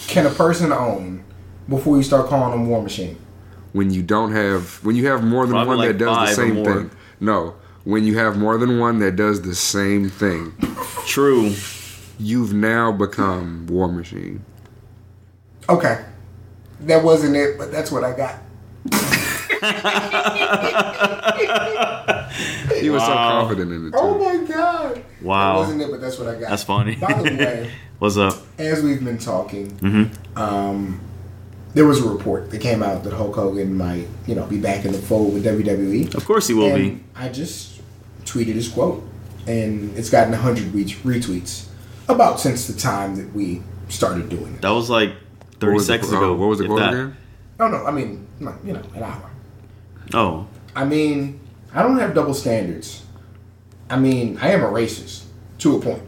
[SPEAKER 2] can a person own before you start calling them War Machine?
[SPEAKER 3] when you don't have when you have more than
[SPEAKER 4] Probably
[SPEAKER 3] one
[SPEAKER 4] like
[SPEAKER 3] that does the
[SPEAKER 4] five or
[SPEAKER 3] same
[SPEAKER 4] more.
[SPEAKER 3] thing. No, when you have more than one that does the same thing,
[SPEAKER 4] True.
[SPEAKER 3] you've now become War Machine.
[SPEAKER 2] Okay, that wasn't it, but that's what I got.
[SPEAKER 3] He was so
[SPEAKER 4] Wow.
[SPEAKER 3] confident in it too.
[SPEAKER 2] Oh my god!
[SPEAKER 4] Wow.
[SPEAKER 2] that wasn't it, but that's what I got.
[SPEAKER 4] That's funny.
[SPEAKER 2] By the way,
[SPEAKER 4] What's up?
[SPEAKER 2] as we've been talking,
[SPEAKER 4] Mm-hmm.
[SPEAKER 2] um, there was a report that came out that Hulk Hogan might, you know, be back in the fold with E. WWE.
[SPEAKER 4] Of course he will
[SPEAKER 2] and I just tweeted his quote, and it's gotten 100 re- retweets about since the time that we started doing
[SPEAKER 4] be.
[SPEAKER 2] it.
[SPEAKER 4] That was like
[SPEAKER 3] What
[SPEAKER 4] 30
[SPEAKER 3] was the-
[SPEAKER 4] seconds
[SPEAKER 3] oh,
[SPEAKER 4] ago.
[SPEAKER 3] What was the
[SPEAKER 4] if
[SPEAKER 3] quote
[SPEAKER 4] that.
[SPEAKER 3] again?
[SPEAKER 2] No, no, I mean, like, you know, an hour.
[SPEAKER 4] Oh,
[SPEAKER 2] I mean, I don't have double standards. I mean, I am a racist to a point.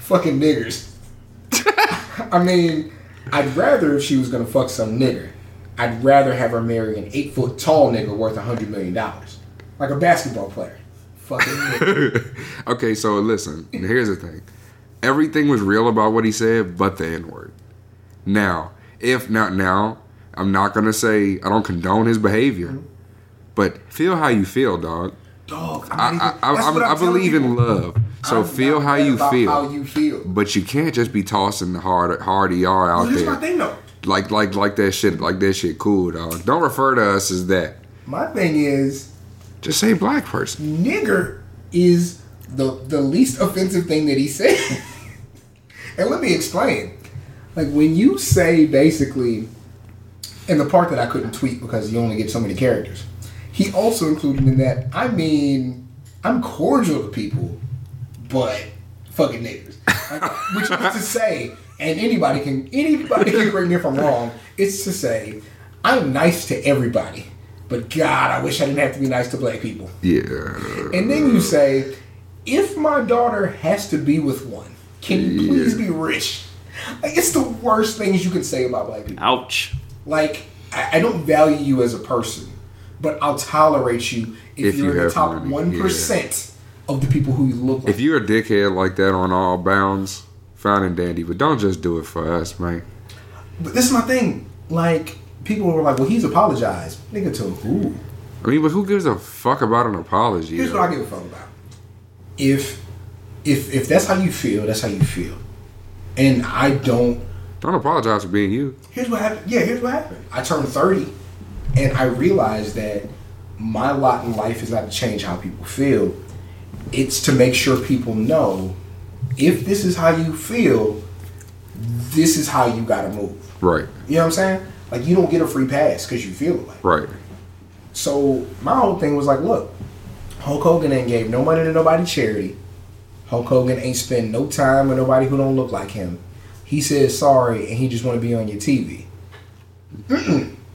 [SPEAKER 2] Fucking niggers. I mean, I'd rather if she was gonna fuck some nigger, I'd rather have her marry an eight foot tall nigger worth a hundred million dollars, like a basketball player. Fucking nigger.
[SPEAKER 3] okay, so listen, here's the thing. Everything was real about what he said, but the N word. Now, if not now, I'm not gonna say I don't condone his behavior, but feel how you feel, dog.
[SPEAKER 2] dog. I'm not
[SPEAKER 3] I
[SPEAKER 2] even-
[SPEAKER 3] I,
[SPEAKER 2] that's
[SPEAKER 3] I,
[SPEAKER 2] what
[SPEAKER 3] I,
[SPEAKER 2] I'm
[SPEAKER 3] I believe
[SPEAKER 2] telling
[SPEAKER 3] in
[SPEAKER 2] you.
[SPEAKER 3] love, so
[SPEAKER 2] I'm
[SPEAKER 3] feel
[SPEAKER 2] not
[SPEAKER 3] how
[SPEAKER 2] mad
[SPEAKER 3] you
[SPEAKER 2] about
[SPEAKER 3] feel.
[SPEAKER 2] How you feel.
[SPEAKER 3] But you can't just be tossing the hard hard ER out
[SPEAKER 2] Well, here's
[SPEAKER 3] there.
[SPEAKER 2] my thing though.
[SPEAKER 3] Like like like that shit like that shit cool dog. Don't refer to us as that.
[SPEAKER 2] My thing is.
[SPEAKER 3] Just say black person.
[SPEAKER 2] nigger is the the least offensive thing that he said. and let me explain. Like when you say basically and the part that I couldn't tweet because you only get so many characters. He also included in that, I mean, I'm cordial to people, but fucking niggers. Like, which is to say, and anybody can anybody can correct me if I'm wrong, it's to say, I'm nice to everybody. But God, I wish I didn't have to be nice to black people.
[SPEAKER 3] Yeah.
[SPEAKER 2] And then you say, if my daughter has to be with one, can you please be rich? Like, it's the worst things you can say about black people.
[SPEAKER 4] ouch.
[SPEAKER 2] Like, I, I don't value you as a person, but I'll tolerate you if,
[SPEAKER 3] If
[SPEAKER 2] you're
[SPEAKER 3] you
[SPEAKER 2] in the
[SPEAKER 3] have
[SPEAKER 2] top
[SPEAKER 3] money,
[SPEAKER 2] one of the people who you look like.
[SPEAKER 3] If you're a dickhead like that on all bounds, fine and dandy, but don't just do it for us, man.
[SPEAKER 2] but this is my thing. Like, people were like, well, he's apologized. Nigga, to who?
[SPEAKER 3] I mean, but who gives a fuck about an apology?
[SPEAKER 2] Here's
[SPEAKER 3] though?
[SPEAKER 2] what I give a fuck about. If if if that's how you feel, that's how you feel. And I don't
[SPEAKER 3] Don't apologize for being you.
[SPEAKER 2] here's what happened. Yeah, here's what happened. I turned 30 and I realized that my lot in life is not to change how people feel. It's to make sure people know if this is how you feel, this is how you gotta move.
[SPEAKER 3] Right.
[SPEAKER 2] You know what I'm saying? Like you don't get a free pass because you feel like.
[SPEAKER 3] Right.
[SPEAKER 2] So my whole thing was like, look, Hulk Hogan ain't gave no money to nobody charity. Hulk Hogan ain't spend no time with nobody who don't look like him. He says sorry and he just want to be on your TV.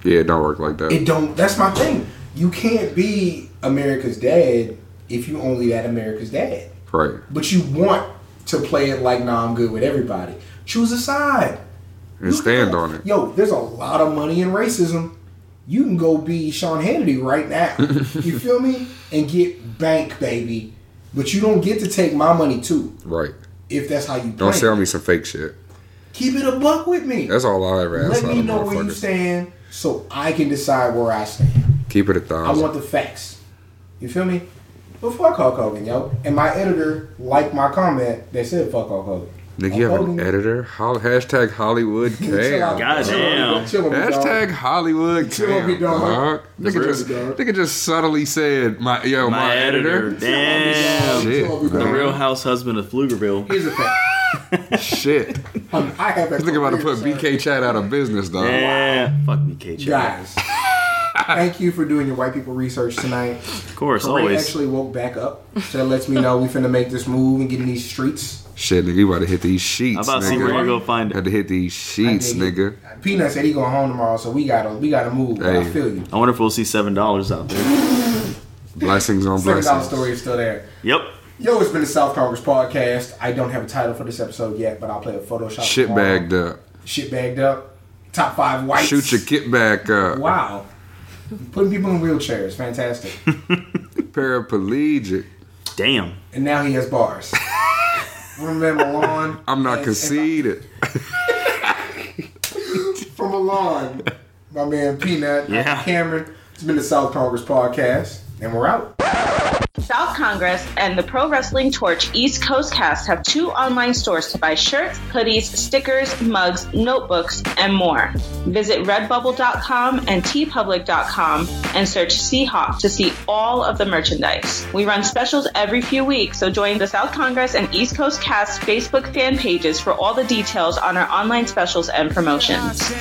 [SPEAKER 3] Yeah, it don't work like that.
[SPEAKER 2] It don't. That's my thing. You can't be America's dad if you only that America's dad.
[SPEAKER 3] right.
[SPEAKER 2] But you want to play it like, nah, I'm good with everybody. Choose a side.
[SPEAKER 3] And stand on it.
[SPEAKER 2] Yo, there's a lot of money in racism. You can go be Sean Hannity right now. you feel me? And get bank, baby. But you don't get to take my money too,
[SPEAKER 3] Right.
[SPEAKER 2] if that's how you play.
[SPEAKER 3] Don't sell me some fake shit.
[SPEAKER 2] Keep it a buck with me.
[SPEAKER 3] That's all I'll ever ask
[SPEAKER 2] Let
[SPEAKER 3] out
[SPEAKER 2] me
[SPEAKER 3] of
[SPEAKER 2] know where you
[SPEAKER 3] motherfuckers.
[SPEAKER 2] stand so I can decide where I stand.
[SPEAKER 3] Keep it a
[SPEAKER 2] I
[SPEAKER 3] thousand.
[SPEAKER 2] want the facts. You feel me? But fuck Hulk Hogan, yo. And my editor liked my comment that said fuck Hulk Hogan.
[SPEAKER 3] Nigga, you have
[SPEAKER 2] Hulk
[SPEAKER 3] an
[SPEAKER 2] Hogan-
[SPEAKER 3] editor? Hol- hashtag Hollywood
[SPEAKER 2] Chill out,
[SPEAKER 3] Cam.
[SPEAKER 4] God
[SPEAKER 2] chill on me,
[SPEAKER 4] damn.
[SPEAKER 2] chill on me, dog.
[SPEAKER 3] Hashtag Hollywood
[SPEAKER 2] Chill on
[SPEAKER 3] Cam.
[SPEAKER 2] me, dog.
[SPEAKER 3] dog.
[SPEAKER 2] That's
[SPEAKER 3] Nigga
[SPEAKER 2] real,
[SPEAKER 3] just,
[SPEAKER 2] dog.
[SPEAKER 3] nigga just subtly said, my yo, my,
[SPEAKER 4] My
[SPEAKER 3] editor.
[SPEAKER 4] editor. Damn.
[SPEAKER 2] Chill on me, dog.
[SPEAKER 3] Shit.
[SPEAKER 4] The real house husband of Pflugerville.
[SPEAKER 2] Here's the fact.
[SPEAKER 3] Shit.
[SPEAKER 2] Um, I have a
[SPEAKER 3] I think I'm about to
[SPEAKER 2] career,
[SPEAKER 3] put
[SPEAKER 2] sir.
[SPEAKER 3] BK Chat out of business, dog.
[SPEAKER 4] Yeah. Fuck me, K. Chad.
[SPEAKER 2] Guys, thank you for doing your white people research tonight.
[SPEAKER 4] Of course,
[SPEAKER 2] Ray
[SPEAKER 4] always.
[SPEAKER 2] actually woke back up, so that lets me know we finna make this move and get in these streets.
[SPEAKER 3] Shit, nigga, you about to hit these
[SPEAKER 4] How
[SPEAKER 3] sheets,
[SPEAKER 4] about see where you
[SPEAKER 3] nigga.
[SPEAKER 4] go find
[SPEAKER 3] Had
[SPEAKER 4] it?
[SPEAKER 3] to hit these sheets, nigga.
[SPEAKER 2] Peanut said he going home tomorrow, so we gotta we gotta move. I
[SPEAKER 3] Hey.
[SPEAKER 2] feel you.
[SPEAKER 4] I wonder if we'll see seven dollars out there.
[SPEAKER 3] Blessings on
[SPEAKER 2] Second dollar
[SPEAKER 3] blessings.
[SPEAKER 2] story is still there.
[SPEAKER 4] Yep.
[SPEAKER 2] Yo, it's been the South Congress podcast. I don't have a title for this episode yet, but I'll play a Photoshop.
[SPEAKER 3] Shit
[SPEAKER 2] tomorrow.
[SPEAKER 3] bagged up.
[SPEAKER 2] Shit bagged up. Top five whites.
[SPEAKER 3] Shoot your kit back up.
[SPEAKER 2] Wow. Putting people in wheelchairs. Fantastic.
[SPEAKER 3] Paraplegic.
[SPEAKER 4] Damn.
[SPEAKER 2] and now he has bars. Remember Lawn.
[SPEAKER 3] I'm not
[SPEAKER 2] And-
[SPEAKER 3] conceited.
[SPEAKER 2] Milan, my man Peanut,
[SPEAKER 4] Yeah.
[SPEAKER 2] Cameron. It's been the South Congress podcast, and we're out.
[SPEAKER 1] South Congress and the Pro Wrestling Torch East Coast cast have two online stores to buy shirts, hoodies, stickers, mugs, notebooks, and more. Visit redbubble.com and tpublic.com and search Seahawk to see all of the merchandise. We run specials every few weeks, so join the South Congress and East Coast cast Facebook fan pages for all the details on our online specials and promotions.